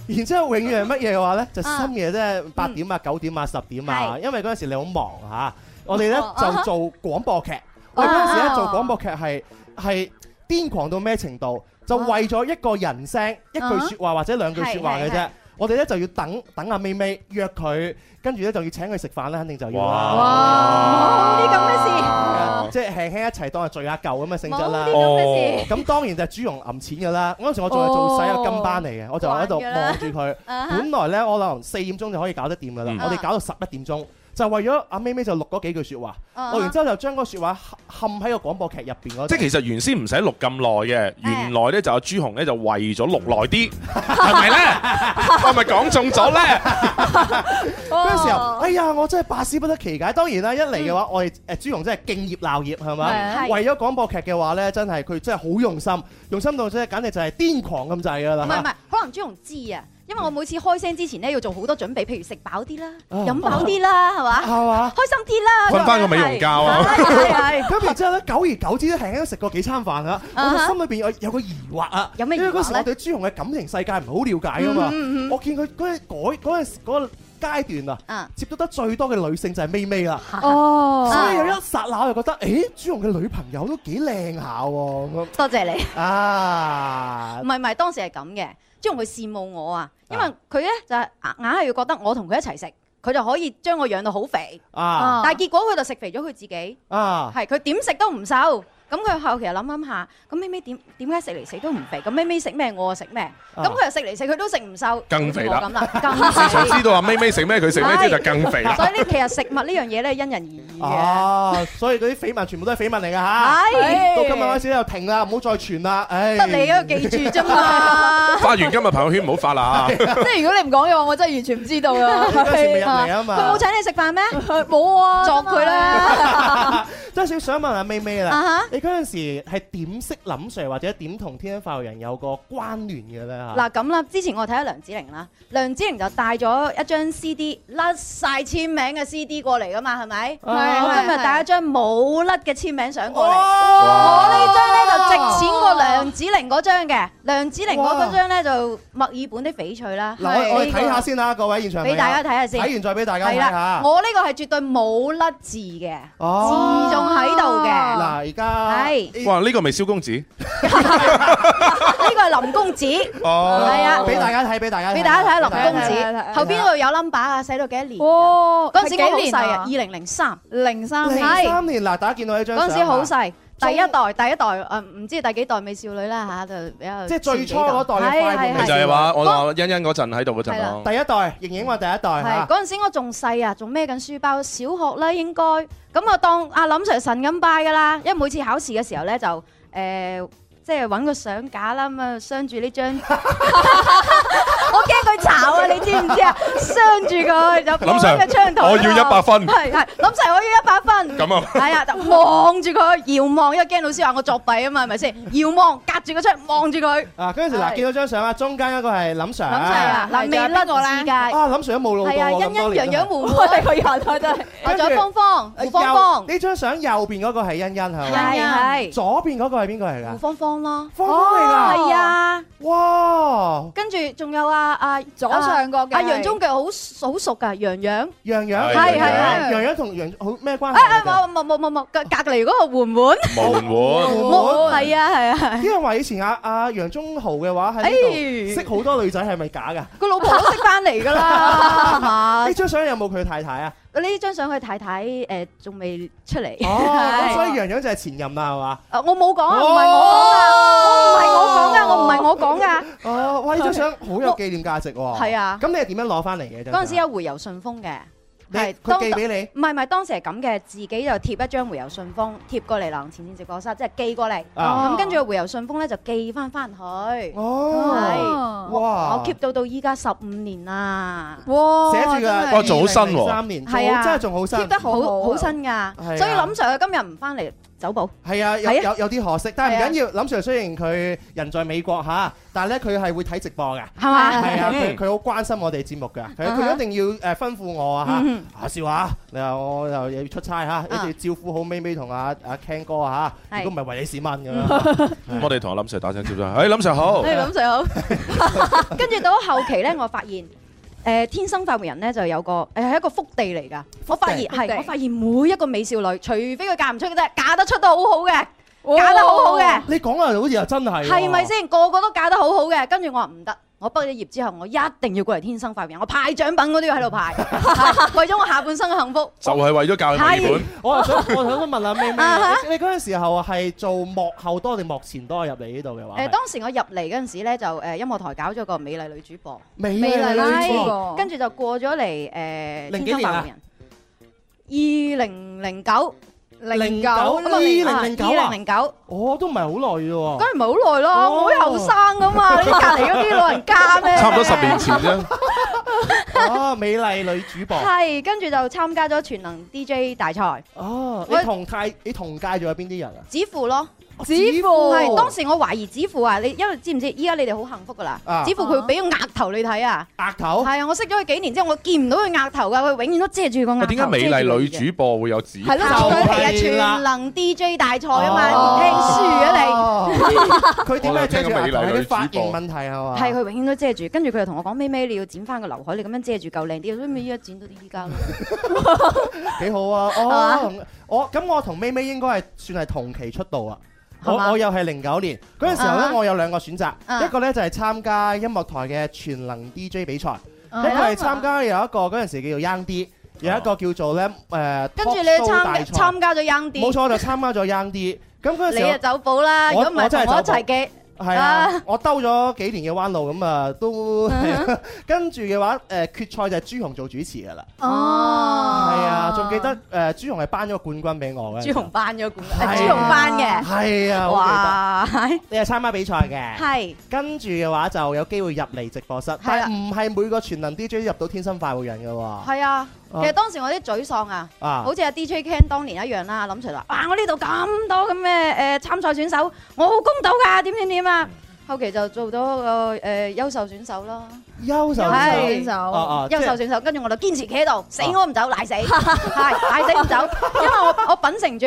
然之後永遠係乜嘢嘅話咧，就啊深夜即係八點啊、九點啊、十點啊，係因為嗰陣時你好忙嚇，我哋咧哦啊就哈做廣播劇，我哋嗰陣時咧哦做廣播劇係係癲狂到咩程度？就為咗一個人聲、一句啊哈説話或者兩句説話嘅哦係係啫係。我哋咧就要等等阿咪咪約佢，跟住咧就要請佢食飯啦，肯定就要啦。哇！冇啲咁嘅事。係啊啊即係輕輕一齊當係聚下舊咁嘅性質啦冇。啲咁嘅事咁當然就係朱紅揞錢㗎啦。嗰陣時我仲係做細個金班嚟嘅，我就喺度哦慣㗎啦望住佢。啊哈本來咧我可能四點鐘就可以搞得掂㗎啦嗯，我哋搞到十一點鐘。就為咗阿咪咪就錄嗰幾句説話，啊錄完之後就將嗰句説話冚喺個廣播劇入邊嗰度。即係其實原先唔使錄咁耐嘅，原來咧就阿朱紅咧就為咗錄耐啲，係咪咧？我咪講中咗 咧？嗰陣時哦候，哎呀，我真係百思不得其解。當然啦，一嚟嘅話，我哋誒朱紅真係敬業鬧業係咪？嗯係為咗廣播劇嘅話咧，真係佢真係好用心，用心到真係簡直就係癲狂咁滯㗎啦。唔係唔係，可能朱紅知啊，因為我每次開聲之前咧要做好多準備，譬如食飽啲啦，啊飲飽啲啦，係嘛，係嘛？開心啲啦，瞓翻個美容覺啊！係係係咁然之後咧，久而久之咧，輕輕都食過幾餐飯啦。我啊哈心裏邊有有個疑惑啊，有咩疑惑因呢為嗰時我對朱紅嘅感情世界唔係好了解噶嘛。嗯嗯嗯我見佢嗰嗰嗰陣嗰個階段啊啊，接觸得最多嘅女性就係咪咪啦。哦所以有一剎那我就覺得，誒，朱紅嘅女朋友都幾靚下喎咁多謝你。樣啊唔。係唔係，當時係咁嘅，即係佢羨慕我啊，因為佢咧就係硬硬係要覺得我同佢一齊食，佢就可以將我養到好肥，啊但係結果佢就食肥咗佢自己，啊！係佢點食都唔瘦。咁佢後期又諗諗下，咁咪咪點點解食嚟食都唔肥？咁咪咪食咩我就食咩，咁佢又食嚟食佢都食唔瘦，更肥啦好似我咁啦，自更從肥知。道阿咪咪食咩，佢食咩 之後就更肥啦。所以呢，其實食物呢樣嘢咧，因人而異 Dạ. 嘅。啊，所以嗰啲緋聞全部都係緋聞嚟㗎嚇。係到今日開始就停啦，唔好再傳啦。唉，得你嗰個記住啫嘛。 發完今日朋友圈唔好 發啦嚇。即係如果你唔講嘅話，我真係完全唔知道啊！嗰時未入嚟啊嘛。佢冇請你食飯咩？冇啊，作佢啦。即係想問下咪咪啊啦哈，你嗰陣時係點識林 Sir 或者點同天恩發育人有個關聯嘅咧嚇？嗱咁啦，之前我睇咗梁子玲啦，梁子玲就帶咗一張 CD 甩晒簽名嘅 CD 過嚟噶嘛，係咪？啊哦我今日帶一張冇甩嘅簽名相過嚟。我哇呢張咧就值錢過梁子玲嗰張嘅，梁子玲哇嗰張咧就墨爾本的翡翠啦。嗱，我我哋呢睇個下先啦，各位現場朋友俾大家睇下先睇完再俾大家睇係啦下，。我呢個係絕對冇甩字嘅，哦字仲喺度嘅。嗱，而家係呢哇！呢個咪蕭公子呢個係林公子，哦，係啊，俾大家睇，俾大家俾大家哦睇下林公睇下睇下睇下子，後 Dạ. 邊嗰度有 number 啊，寫到幾多年㗎？哇，嗰陣時我好幾年細啊，啊二，零零三，零三年係零三年嗱，大家見到呢張嗰陣時好相啊，細，第一代第一代誒唔知第幾代美少女啦嚇，就比較即係最初嗰代嘅快活係美咪係就少係係話我話欣欣嗰陣喺度嗰陣係咯啦。第一代，盈盈話第一代係嚇。嗰陣時我仲細啊，仲孭緊書包，小學啦應該，咁我當阿林 Sir 神咁拜㗎啦，因為每次考試嘅時候咧就誒。即係揾個相架啦，咁啊鑲住呢張， 我驚佢炒啊！你知唔知啊？鑲住佢就林放喺 Sir，個窗台我要嗰度100分係係，林 Sir 我要一百分。咁啊係啊，就望住佢，遙望，因為驚老師話我作弊啊嘛，係咪先？遙望，隔住個窗望住佢，啊，嗰陣時嗱，係見到張相啊，中間一個係林 Sir，諗晒啊，嗱未甩我啦，係啊，林 Sir 都冇露到啊，我欣咁多欣、年都洋係洋、胡胡，我哋個人啊真係，我仲有芳芳、胡芳芳，呢張相右邊嗰個係欣欣係嘛？係係左邊嗰個係邊個嚟胡㗎？芳芳咯，芳芳嚟㗎，Ờ. 係啊，哇！跟住仲有啊啊左上角嘅阿楊宗腳好好熟㗎，洋洋，洋洋係係係洋係洋洋同洋好咩關係哎哎啊？冇冇冇冇冇，隔隔離嗰個媛媛，無 碗冇係啊係啊係啊，啲人話以前阿阿楊宗豪嘅話喺呢哎度識好多女仔係咪假㗎？個老婆都識翻嚟 㗎啦，係嘛呢？張相有冇佢太太啊？呢張相佢太太 ờ, 誒仲未出嚟。哦，咁 所以洋洋就係前任啦，係嘛？Ờ, 啊我冇講 à, 啊，唔係我講噶，我唔係我講噶，哦，哇！呢張相好有紀念價值喎。係啊咁你係點樣攞翻嚟嘅？我唔係我講噶。嗰陣時有回郵信封嘅，你係佢當寄俾你唔係唔係，當時係咁嘅，自己就貼一張回郵信封貼過嚟狼前線直播室，即係寄過嚟。啊咁跟住個回郵信封咧就寄翻翻去，我哦，係哇！ keep 到到依家十五年啦，哇寫住㗎，哇仲好新喎三年，仲好係啊真係仲好新 keep 得好好好好啊新㗎。係所以啊林 Sir 今日唔翻嚟走步，係啊，有係啊有有啲可惜，但係唔係啊緊要。林 Sir 雖然佢人在美國嚇，但係咧佢係會睇直播嘅。係嘛？係 啊，佢佢好關心我哋節目㗎，佢佢一定要誒吩咐我啊嗯嚇，啊阿少啊，你話我又又要出差嚇，一定要招呼好咪咪同阿阿 Ken 哥啊嚇，係如果唔係為你事問咁樣。我哋同阿林 Sir 打聲招呼。誒，林 Sir 好。係林 Sir 好。跟住到後期咧，我發現誒、天生快活人咧就有個誒係、一個福地嚟㗎。我發現福地係我發現每一個美少女，除非佢嫁唔出嘅啫，嫁得出都好好嘅，嫁得好好嘅，你講啊，好似又真係喎係咪？先？個個都嫁得好好嘅。跟住我話唔得，我我畢咗業之後，我一定要過嚟天生快活人，我派獎品我都要喺度派，係 為咗我下半生嘅幸福。就係為咗教佢墨爾我又 想，我又想問下咩咩，啊你你嗰陣時候係做幕後多定幕前多啊入嚟呢度嘅話？誒，當時我入嚟嗰陣時咧，就誒音樂台搞咗個美麗女主播，美美麗女主播播跟住就過咗嚟誒零天幾年生快啊活人。二零零九，零九好二零啦零九二零啊，零九，我都唔係好耐啫喎梗。 係唔係好耐啦，哦我好後 生噶嘛，你隔離嗰啲老人家咩？差唔多十年前啫。哦，美麗女主播。係，跟住就參加咗全能 DJ 大賽，哦，你我同屆你同屆仲有邊啲人啊？指父咯。指父係當時我懷疑指父啊，你因為知唔知？依家你哋好幸福噶啦啊，指父佢俾個額頭你睇啊，額頭。係啊，我識咗佢幾年之後，我見唔到佢額頭噶，佢永遠都遮住個額頭。喂點解美麗女遮住佢嘅？主播會有指？係咯，就佢佢係啊，係啦全能 DJ 大賽啊嘛，聽書啊書啊 你。佢點解遮住額我有聽過頭？美麗女係主播啲髮型問題啊係你，嘛？係佢永遠都遮住，跟住佢就同我講：咩咩你要剪翻個劉海，你咁樣遮住夠靚啲，所以咪依家剪到依家咯。幾好啊！哦，我咁我同咪咪應該係算係同期出道啊。我係嘛我又係零九年嗰陣時候啊咧，哈我有兩個選擇，啊一個咧就係參加音樂台嘅全能 DJ 比賽，一個啊哦係啦係參加有一個嗰陣時叫做 Young D，有一個叫做咧誒跟住你 Talk Show 大賽參參加咗 Young 冇 D，錯，我就參加咗 Young D。咁嗰陣你啊時走寶啦，如我果唔係我真係同我一走寶齊嘅。候係啊啊，我兜咗幾年嘅彎路，咁啊都啊 跟住嘅話誒決賽就係朱紅做主持㗎啦。哦，係啊，仲記得誒朱紅係頒咗個冠軍俾我嘅。朱紅班咗冠軍，係啊啊朱紅班嘅，係啊，好記啊得。哇，係你係參加比賽嘅，係跟住嘅話就有機會入嚟直播室，係啦啊但唔係每個全能 DJ 入到天生快活人嘅喎。係啊！哦其實當時我啲沮喪啊，啊好，似阿 DJ Ken 當年一樣啦，林 Sir 話：哇，我呢度咁多咁嘅誒參賽選手，我好公道㗎，點點點啊！後期就做咗個誒優秀選手咯，優秀係選選手，手啊啊，優秀選手，跟住我就堅持企喺度，死我唔走，賴死，係賴死唔走，因為我我秉承住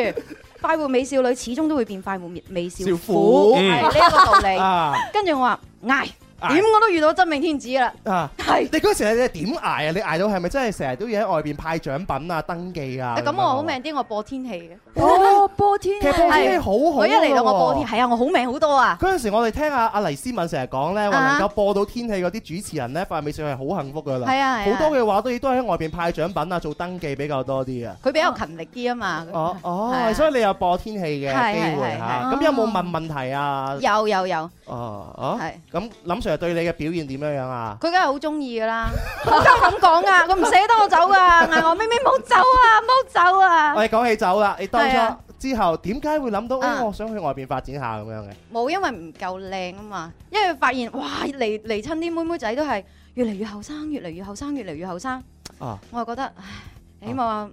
快活美少女始終都會變快活美少少婦婦，係呢一個道即係理。啊跟住我話捱，捱點我都遇到真命天子啦，啊！係。你嗰時你係點捱啊？你捱到係咪真係成日都要喺外邊派獎品啊、登記啊？咁樣我好啊命。啲，我播天氣嘅。哦，播天其實播天氣係好好我一嚟到我播天，氣。係啊，我好命好多啊。嗰陣時我哋聽阿阿黎思敏成日講咧，話啊能夠播到天氣嗰啲主持人咧，快美少係好幸福噶啦。係啊係啊好多嘅話都都喺外邊派獎品啊、做登記比較多啲啊。佢比較勤力啲啊嘛。哦係哦，啊所以你有播天氣嘅係機會係嚇，係咁有冇問問題啊？有有有，哦哦，係咁林 Sir 對你嘅表現點樣樣啊佢？梗係好中意噶啦。我真係咁講啊，佢唔捨得我走噶，嗌我咪咪冇走啊，冇走啊我。哋講起走啦，你當初係啊之後點解會諗到，哎啊我想去外邊發展下咁樣嘅？冇，因為唔夠靚啊嘛。因為發現哇，嚟嚟親啲妹妹仔都係越嚟越後生，越嚟越後生，越嚟越後生。啊我就覺得，唉，起碼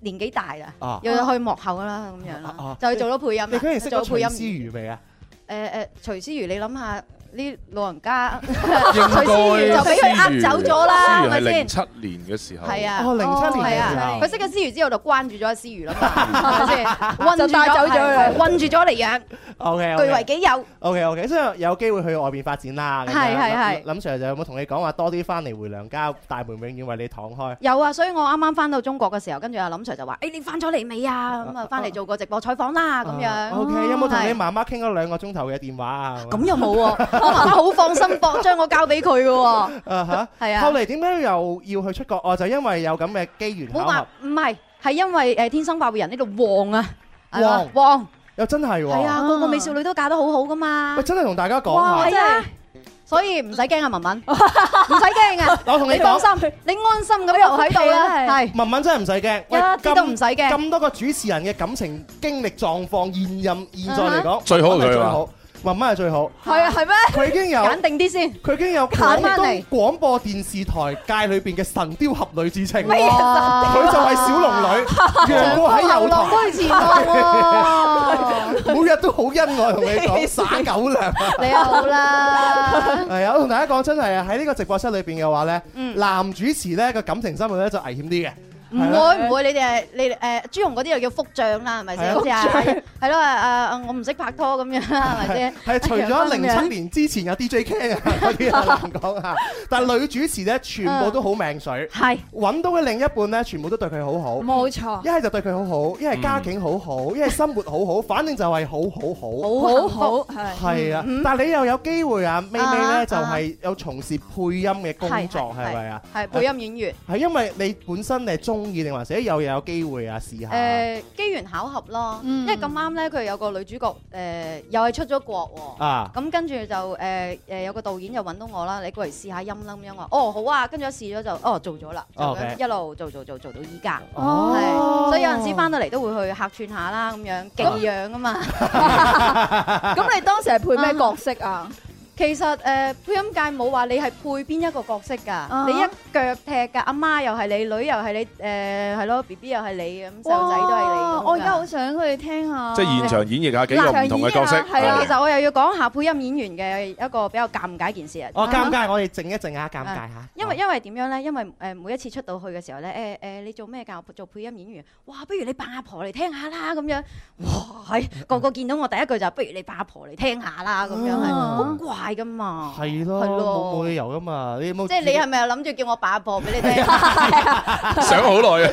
年紀大啦，啊，又要去幕後啦咁樣啊啊啊啦，就去做咗配音你嗰啦，陣識咗做徐配思音員。如未啊？誒誒，徐思如，你諗下呢 老人家，徐應該思如就俾佢呃走咗啦，思係如係咪零先？七年嘅時候，係啊，哦，零七係年嘅時啊，候佢識咗思如之後就關注咗思如啦嘛，係咪先？韞就住帶走咗佢係韞住咗嚟養， ，OK 啊據為 OK 己有。 OK OK，即係有機會去外邊發展啦。咁樣係係係林 Sir 就有冇同你講話多啲翻嚟回娘家，大門永遠為你敞開？有啊，所以我啱啱翻到中國嘅時候，跟住阿林 Sir 就話：，誒，你翻咗嚟未啊？咁啊，翻嚟做個直播採訪啦，咁樣。 O K，有冇同你係媽媽傾咗兩個鐘頭嘅電話啊？咁又冇 喎，我媽媽好放心博將我交俾佢嘅喎，啊嚇！係啊後。嚟點解又要去出國？哦，就因為有咁嘅機緣巧冇話合，唔係，係因為誒天生快活人呢度旺啊，係嘛旺旺又真係係喎。啊，個個美少女都嫁得好好噶嘛喂，，真係同大家講下，哇係啊，所以唔使驚啊，文文，唔使驚 啊，我同你你放講，心，你 安心咁留喺度啦，係文文真係唔使驚。喂，一啲都咁唔使驚，咁多個主持人嘅感情經歷狀況，現任現在嚟講，最好文文佢係最話好，文文係最好。係啊，係咩？佢已經有揀定啲先，佢已經有廣揀返東嚟廣播電視台界裏邊嘅神雕俠侶之稱。咩啊佢就係小龍 女，楊過喺流右浪台。都前喎，每日都好恩愛，同你講 耍狗糧。你又好啦，係啊，我同大家講真係啊，喺呢個直播室裏邊嘅話咧，嗯男主持咧個感情生活咧就危險啲嘅。唔會唔會，你哋係你哋誒朱紅嗰啲又叫腹脹啦，係咪先？好似啊係 係咯 誒誒，我唔識拍拖咁 樣啦，係咪先？係啊除咗零七年之前有 DJ Ken 啊嗰啲啊難講啊，但係女主持咧全嗯部都好命水，係揾到嘅另一半咧全部都對佢好好。冇錯一，係就對佢好好，一係家境好嗯好，一係生活好好，反正就係好好好好係。好。係嗯啊，但係你又有機會啊，妹妹咧就係有從事配音嘅工作，係咪啊？係配音演員係因為你本身你係中意定還是有有機會啊試下？誒機緣巧合咯，因為咁啱咧佢有個女主角誒又係出咗國喎。啊，咁跟住就誒誒有個導演就揾到我啦，你過嚟試下音啦咁樣我話哦好啊，跟住一試咗就哦做咗啦，就咁 OK 一路做做做做到依家，哦係所以有陣 時翻到嚟都會去客串下啦咁樣寄養啊嘛。哦咁你當時係配咩角色啊？其實誒、呃配音界冇話你係配邊一個角色㗎哈你一腳踢㗎，阿媽又係你，女又係你，誒係咯，B B 又係你咁，細路仔都係你咁哇㗎。我而家好想佢哋聽下。即係現場演繹下幾個唔同嘅角色，哦現場演繹啊係啊係啦，係其實我又要講下配音演員嘅一個比較尷尬件事啊。哦尷尬，我哋靜一靜啊，尷尬嚇。因為因為點樣咧？因為誒、呃每一次出到去嘅時候咧，誒、誒、呃你做咩㗎？我做配音演員，哇！不如你扮阿婆嚟聽下啦咁樣，哇！係嗯個個見到我第一句就係不如你扮阿婆嚟聽下啦咁樣，係啊嗯好怪㗎嘛。係咯，係咯冇冇理由噶嘛，你有冇即係你係咪又諗住叫我扮阿婆俾 你聽？ 想好耐啊！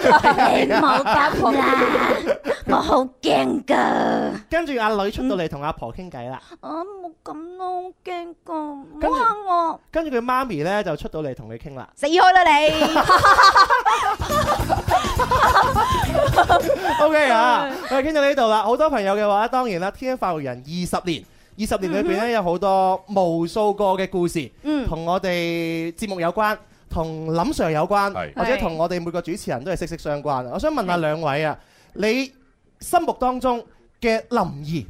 你冇答我啦， 我好驚㗎，跟住阿女出到嚟同阿婆傾偈啦，我啊冇咁咯，好驚㗎，唔跟住好嚇我，跟住佢媽咪咧就出到嚟同你傾啦。死開啦 O K 啊，我哋傾到呢度啦。好多朋友嘅話，當然啦，天生快活人二十年，二十年裏邊咧有好多無數個嘅故事， 嗯同我哋節目有關，同林 Sir 有關，係或者同我哋每個主持人都係息息相關。我想問下兩位啊，你心目當中嘅林兒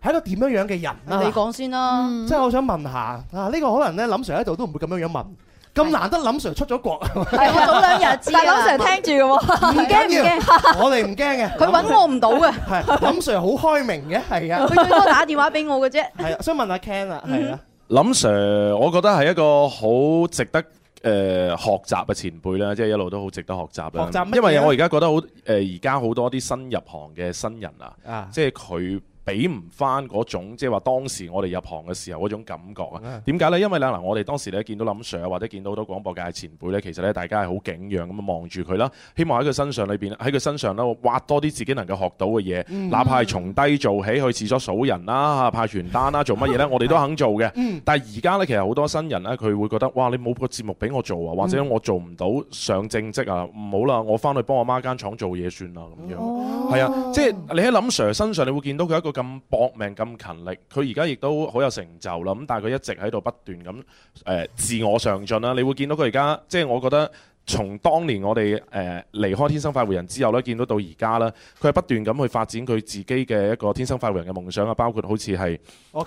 係一個點樣樣嘅人你！啊？你講先啦，嗯即係我想問下啊，呢個可能咧林 Sir 喺度都唔會咁樣樣問，咁難得林 Sir 出咗國，唔係我早兩日知大佬啊成日聽住嘅喎，驚唔緊要驚？我哋唔驚嘅。佢揾我唔到嘅，係林 Sir 好開明嘅，係啊佢，最多打電話俾我嘅啫。係啊，想問下 Ken 啊，嗯係啊，林 Sir，我覺得係一個好值得誒、呃、學習嘅前輩啦，即係一路都好值得學習啦。學習乜嘢啊因為我而家覺得好誒，呃而家好多啲新入行嘅新人啊，啊即係佢。俾唔翻嗰種，即係話當時我哋入行嘅時候嗰種感覺啊？點解呢？因為咧嗱，我哋當時咧見到林 Sir 啊，或者見到好多廣播界嘅前輩呢，其實咧大家係好敬仰咁樣望住佢啦，希望喺佢身上裏邊，喺佢身上咧挖多啲自己能夠學到嘅嘢，哪怕係從低做起，去廁所數人啦、派傳單啦、做乜嘢呢？我哋都肯做嘅。但係而家呢，其實好多新人呢，佢會覺得哇，你冇個節目俾我做啊，或者我做唔到上正職啊，唔好啦，我翻去幫我媽間廠做嘢算啦咁樣。係啊，即係你喺林 Sir 身上，你會見到佢一個咁搏命、咁勤力，佢而家亦都好有成就啦。咁但係佢一直喺度不斷咁誒自我上進啦。你會見到佢而家，即係我覺得。從當年我哋誒、呃、離開天生快活人之後咧，見到到而家啦，佢係不斷咁去發展佢自己嘅一個天生快活人嘅夢想啊，包括好似係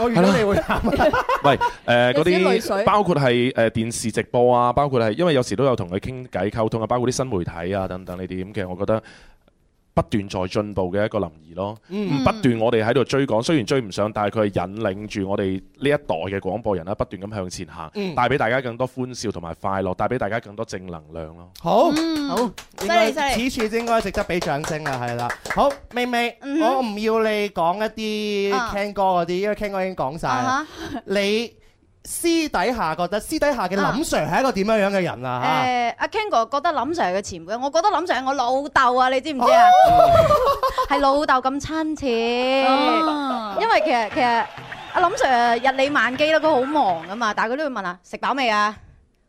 我預到你會喊 喂，誒嗰有少少淚水啲包括係誒電視直播啊，包括係因為有時都有同佢傾偈溝通啊，包括啲新媒體啊等等呢啲咁嘅，我覺得不斷在進步嘅一個林兒咯。嗯不斷我哋喺度追趕，雖然追唔上，但係佢係引領住我哋呢一代嘅廣播人啦，不斷咁向前行，嗯帶俾大家更多歡笑同埋快樂，帶俾大家更多正能量咯。好。嗯好應利該此處應該值得俾掌聲啦，係啦。好，妹妹，嗯我唔要你講一啲啊 Ken 哥嗰啲，因為 Ken 哥已經講晒啦。啊你私底下覺得私底下嘅啊林 Sir 係一個點樣樣嘅人哈啊？誒，呃阿 Ken 哥覺得林 Sir 係佢前輩，我覺得林 Sir 係我老豆啊，你知唔知啊？哦係老豆咁親切，哦因為其實其實阿林 Sir 日理萬機啦，佢好忙噶嘛，但係佢都會問啊，食飽未啊？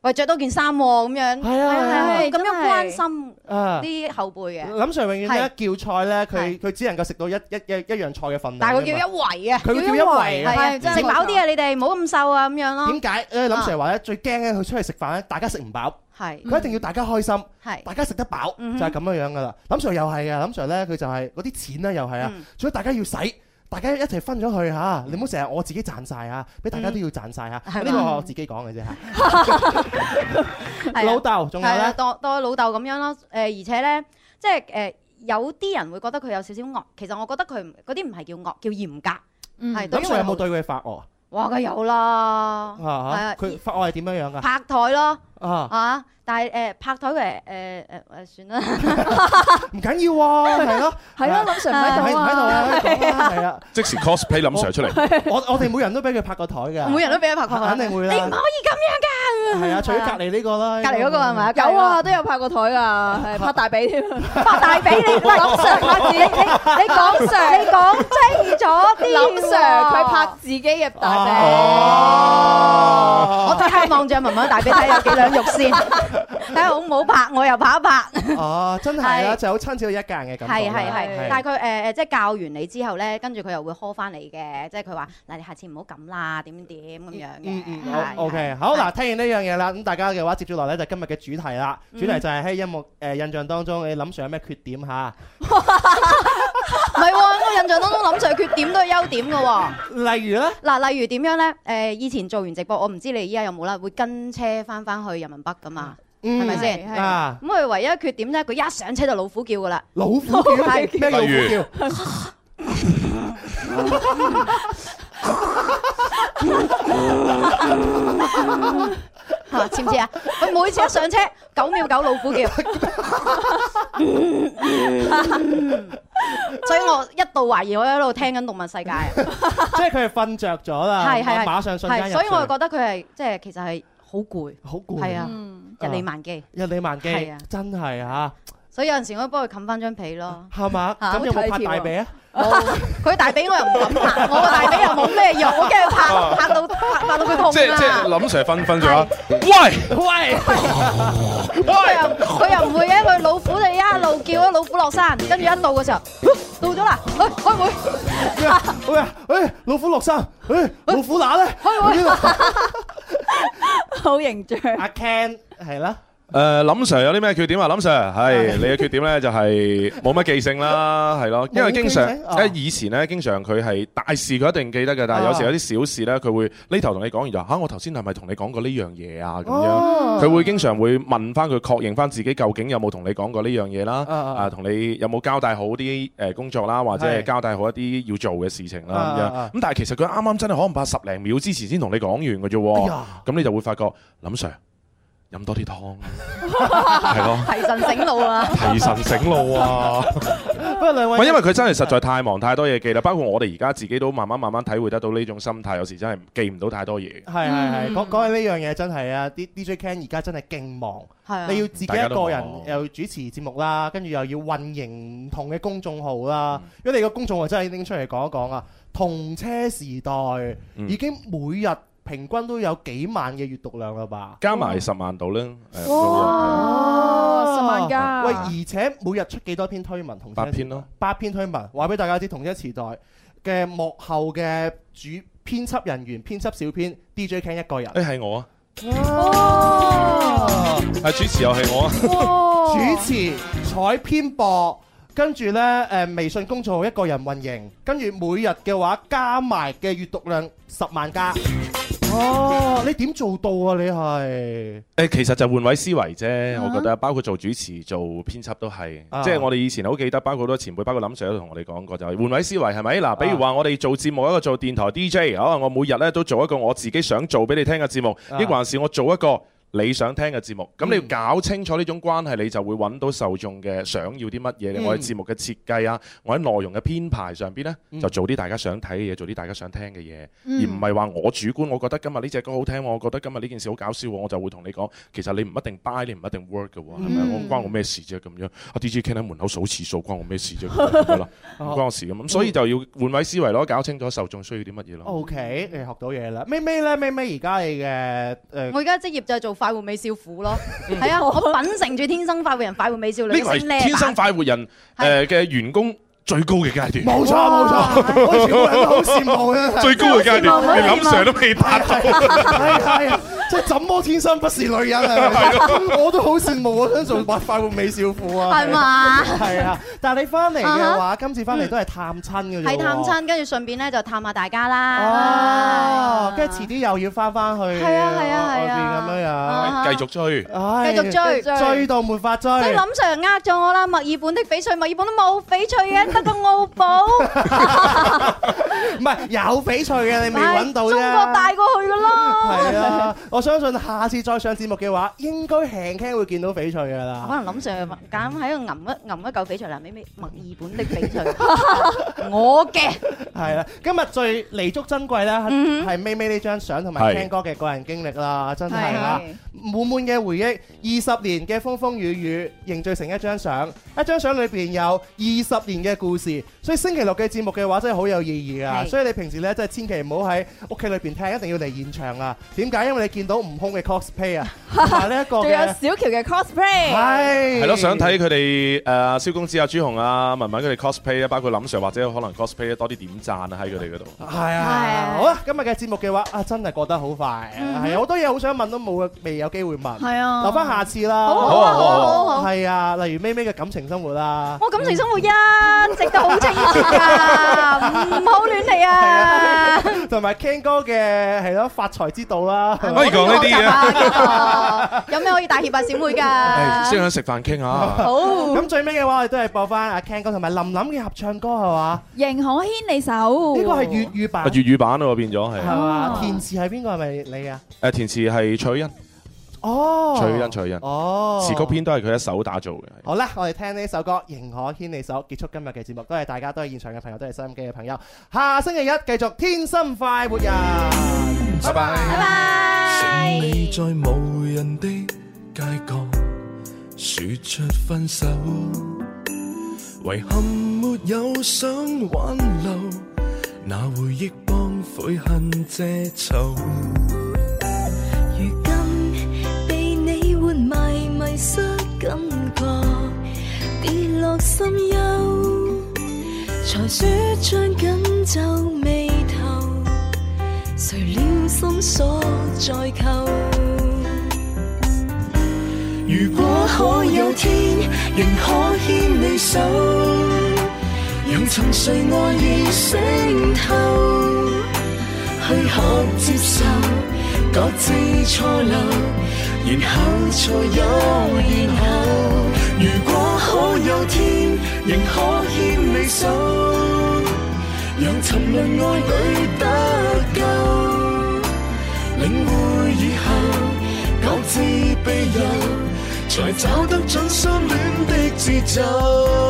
喂，着多件衫喎咁樣，係啊係係咁樣關哎真係心嚇啊！啲後輩嘅，林 Sir 永遠咧叫菜咧，佢佢只能夠食到一一一一樣菜嘅份量啫嘛。但係佢叫一圍啊，佢會叫一圍啊係係真係啊，食飽啲啊，你哋唔好咁瘦啊咁樣咯點，解？誒林啊 Sir 話咧，最驚咧，佢出去食飯咧，大家食唔飽，係佢一定要大家開心。係大家食得飽嗯哼就係咁樣樣噶啦。林 Sir 又係啊，林 Sir 咧佢就係嗰啲錢咧又係啊嗯，所以大家要使。大家一齊分咗去嚇，你唔好成日我自己賺晒啊，俾大家都要賺晒嚇。嗯係嘛呢個我自己講嘅啫嚇。 係啊老豆仲有係啦，咧，當當老豆咁樣咯。誒、而且咧，即係誒、有啲人會覺得佢有少少惡，其實我覺得佢唔嗰啲唔係叫惡，叫嚴格。係、對林於 Sir 有冇我哋對佢發惡？哇，梗係有啦，啊啊！係佢法外係點樣樣噶？拍台咯，啊，啊！但係誒拍台嘅誒誒 誒算啦，唔緊要 喎，係咯，係咯，林 Sir 唔喺喺唔度喺度啊，啊？講啦，係啊，即時 cosplay 林 Sir 出嚟，我我哋每人都俾佢拍個台㗎， 每人都俾 佢拍過啦肯定會你啦唔可，以咁樣㗎。係啊，除咗隔離呢個啦，隔離嗰個係咪啊？有啊，，都有拍過台噶，係拍大髀添。拍大髀你林 Sir 拍自己，你你講 Sir，你講精咗啲喎。林 Sir 佢拍自己嘅大髀。我 À. 哦，即刻望住阿文文大髀睇有幾兩肉 先，睇下好唔好拍，我又拍一拍。哦，真係啦，係就好親切到一家人嘅感覺係啦。係係係，但係佢誒誒，即係教完你之後咧，跟住佢又會 call 翻你嘅，即係佢話嗱，你下次唔好咁啦，點點點咁樣嘅。嗯嗯係好，OK，好嗱，聽完呢樣嘢啦，咁大家嘅話接住落嚟就今日嘅主題啦，主題就係喺音樂誒印象當中，你諗上有咩缺點嚇？唔係喎，我印象當中林 Sir 缺點都係優點嘅喎。例如咧，嗱，例如點樣咧？誒，以前做完直播，我唔知你依家有冇啦，會跟車翻翻去人民北噶嘛？係係咪先啊？咁佢唯一缺點咧，佢一上車就老虎叫噶啦。 老虎叫係咩老虎例叫？嚇似唔似啊？佢每次一上車，九秒九老虎叫，嗯所以我一度懷疑我喺度聽緊《動物 世界》啊，即係佢係瞓着咗啦，係係係，馬上瞬間係入所以我就睡覺得佢係即係其實係好攰，好攰，係啊，嗯日理萬機，日理萬機係啊，真係啊，所以有陣時我都幫佢冚翻張被咯。係嘛？嚇咁有冇好拍體貼大啊髀啊？佢大髀我又唔敢拍，我個大髀又冇咩用，我驚佢拍拍到拍拍到佢即係即痛係 à. 啊！林 Sir 瞓瞓咗，喂喂，佢又佢又唔會嘅，佢老虎就一路叫啊，老虎落山，跟住一到嘅時候，到咗啦，去開會，喂啊，喂，老虎落山，喂，老虎乸咧，好形象。阿 À, Ken 係啦，誒林 Sir 有啲咩缺點啊？林 Sir 係你嘅缺點咧就係冇乜記性啦，係咯，因為經常冇記性哦哦誒以前咧經常佢係大事佢一定記得嘅，但係有時有啲小事咧佢會呢頭同你講完就嚇我頭先係咪同你講過呢樣嘢啊咁樣。哦佢會經常會問翻佢確認翻自己究竟有冇同你講過呢樣嘢啦，啊啊啊，同你有冇交代好啲誒工作啦，或者係係交代好一啲要做嘅事情啦咁啊啊啊樣。咁但係其實佢啱啱真係可能怕十零秒之前先同你講完嘅啫哎喎，呀，咁你就會發覺林 Sir 飲多啲 湯，係咯，提神醒腦啊！à. 提神醒腦啊！不過兩唔位係因為佢真係實在太忙太多嘢記啦，包括我哋而家自己都慢慢慢慢體會得到呢種心態，有時真係記唔到太多嘢。係係係，講講起呢樣嘢真係啊！啲 à, DJ Ken 而家真係勁忙，係啊你要自己一大家都個人忙又主持節目啦，跟住又要運營唔同嘅公眾號啦。如果你個公眾號真係拎出嚟講一講啊，同車時代嗯已經每日平均都有幾萬嘅閱讀量啦吧？加埋十萬度啦，誒啊哦，十萬加。喂，而且每日出幾多篇推文同車時代八篇咯，八篇推文，話俾大家知同車時代嘅幕後嘅主編輯人員、編輯小編 DJ Ken 一個人。誒係我啊，哦，係主持又係我啊。哇主持、採編播，跟住呢，誒微信公眾號一個人運營，跟住每日嘅話加埋嘅閱讀量十萬加。哦，你點做到啊？你係誒其實就換位思維啫，我覺得包括做主持、做編輯都係，啊即係我哋以前好記得，包括好多前輩，包括林 Sir 都同我哋講過，就係換位思維係咪？啊嗱，比如話我哋做節目，一個做電台 DJ，可能我每日咧都做一個我自己想做俾你聽嘅節目，啊抑還是我做一個你想聽嘅節目。咁你嗯要搞清楚呢種關係，你就會揾到受眾嘅想要啲乜嘢。嗯我哋節目嘅設計啊，我喺內容嘅編排上邊呢，嗯就做啲大家想睇嘅嘢，做啲大家想聽嘅嘢。而嗯唔係話我主觀，我覺得今日呢只歌好聽喎，我覺得今日呢件事好搞笑喎，我就會同你講，其實你唔一定 buy，你唔一定 work 嘅嗯喎，係咪？我關我咩事啫咁樣？啊 DJ Ken 喺門口數次數，關我咩事啫咁 樣係啦，唔關我事哦咁，咁所嗯以就要換位思維咯，搞清楚受眾需要啲乜嘢咯。 OK，你學到嘢啦。咪咪呢？咪咪而家你嘅誒我而家職業就係做快活美少婦咯，嗯係 啊，我品承住天生快活人、快活美少女呢個嘅係聲呢天生快活人誒嘅員工最高嘅階段，哦冇錯冇錯，我全部人都好羨慕嘅。最高嘅階真係好羨慕段，好羨你慕諗上都未達到。 係係啊，即係怎麼天生不是女人啊？我都好羨慕，啊我想做快活美少婦啊！係嘛？係啊，但係你翻嚟嘅話，啊今次翻嚟都係探親嘅啫喎。係探。親，跟住順便咧就探下大家啦。哦，跟住遲啲又要翻翻去。啊係啊係啊係啊外邊咁樣樣。啊繼續追，唉繼續追追到沒法追。所以林 Sir 呃 咗我啦，墨爾本的翡翠，墨爾本都冇翡翠嘅，得個澳寶。唔係有翡翠嘅，你未揾到啫。中國大過去㗎啦。係啊，我相信下次再上節目嘅話，應該輕輕會見到翡翠噶啦。可能林sir揀喺度吟一-吟一嚿翡翠，嗱，美美墨爾本的翡翠。我嘅，係，係啦，今日最彌足珍貴啦，嗯係美美呢張相同埋係聽歌嘅個人經歷啦，真係啦，滿滿嘅回憶，二十年嘅風風雨雨凝聚成一張相，一張相裏邊有二十年嘅故事，所以星期六嘅節目嘅話真係好有意義啊！係所以你平時呢，真係千祈唔好喺屋企裏邊聽，一定要嚟現場啊！點解？因為你見到悟空嘅 cosplay 啊，同埋呢一個仲有小嘅喬嘅 cosplay，係係咯，想睇佢哋誒蕭公子啊、朱紅啊、文文佢哋 cosplay 啊，包括林 Sir 或者可能 cosplay 多啲點讚啊喺佢哋嗰度。係 à. 啊，好啦，今日嘅節目嘅話啊，真係過得好快，係啊好多嘢好想問都冇未有機會問，係啊，留翻下次啦。好啊好啊好啊好啊好啊係啊，例如咩咩嘅感情生活啦。à. 我感情生活一直都好清澈㗎，唔好亂嚟啊。係啊，同埋 Ken 哥嘅係咯發財之道啦，可以講呢啲嘅，好好學習啊，呢個。有咩可以大協啊，小妹㗎？誒先想食飯傾下。好。咁最尾嘅話，我哋都係播翻阿 Ken 哥同埋林林嘅合唱歌係嘛？仍可牽你哦手，呢個係粵語版啊粵語版咯，變咗係係嘛啊哦？填詞係邊個？係咪你啊？誒填詞係蔡欣，哦，蔡欣蔡欣，哦，詞曲編都係佢一手打造嘅。係好啦，我哋聽呢首歌《仍可牽你手》，結束今日嘅節目。多謝大家，都係現場嘅朋友，都係收音機嘅朋友。下星期一繼續天生快活人，拜拜。城里在無人的街角，說出分手，遺憾沒有想挽留，那回憶幫悔恨遮醜。如今被你活埋迷失感覺，跌落深幽，才說將緊皺眉頭，誰料心所在求。如果可有天仍可牽你手，讓沉睡愛意醒透，去學接受各自錯漏，然後才有然後。如果可有天仍可牽你手，讓沉淪愛侶得救。領會以後，各自庇佑，才找得準相戀的節奏。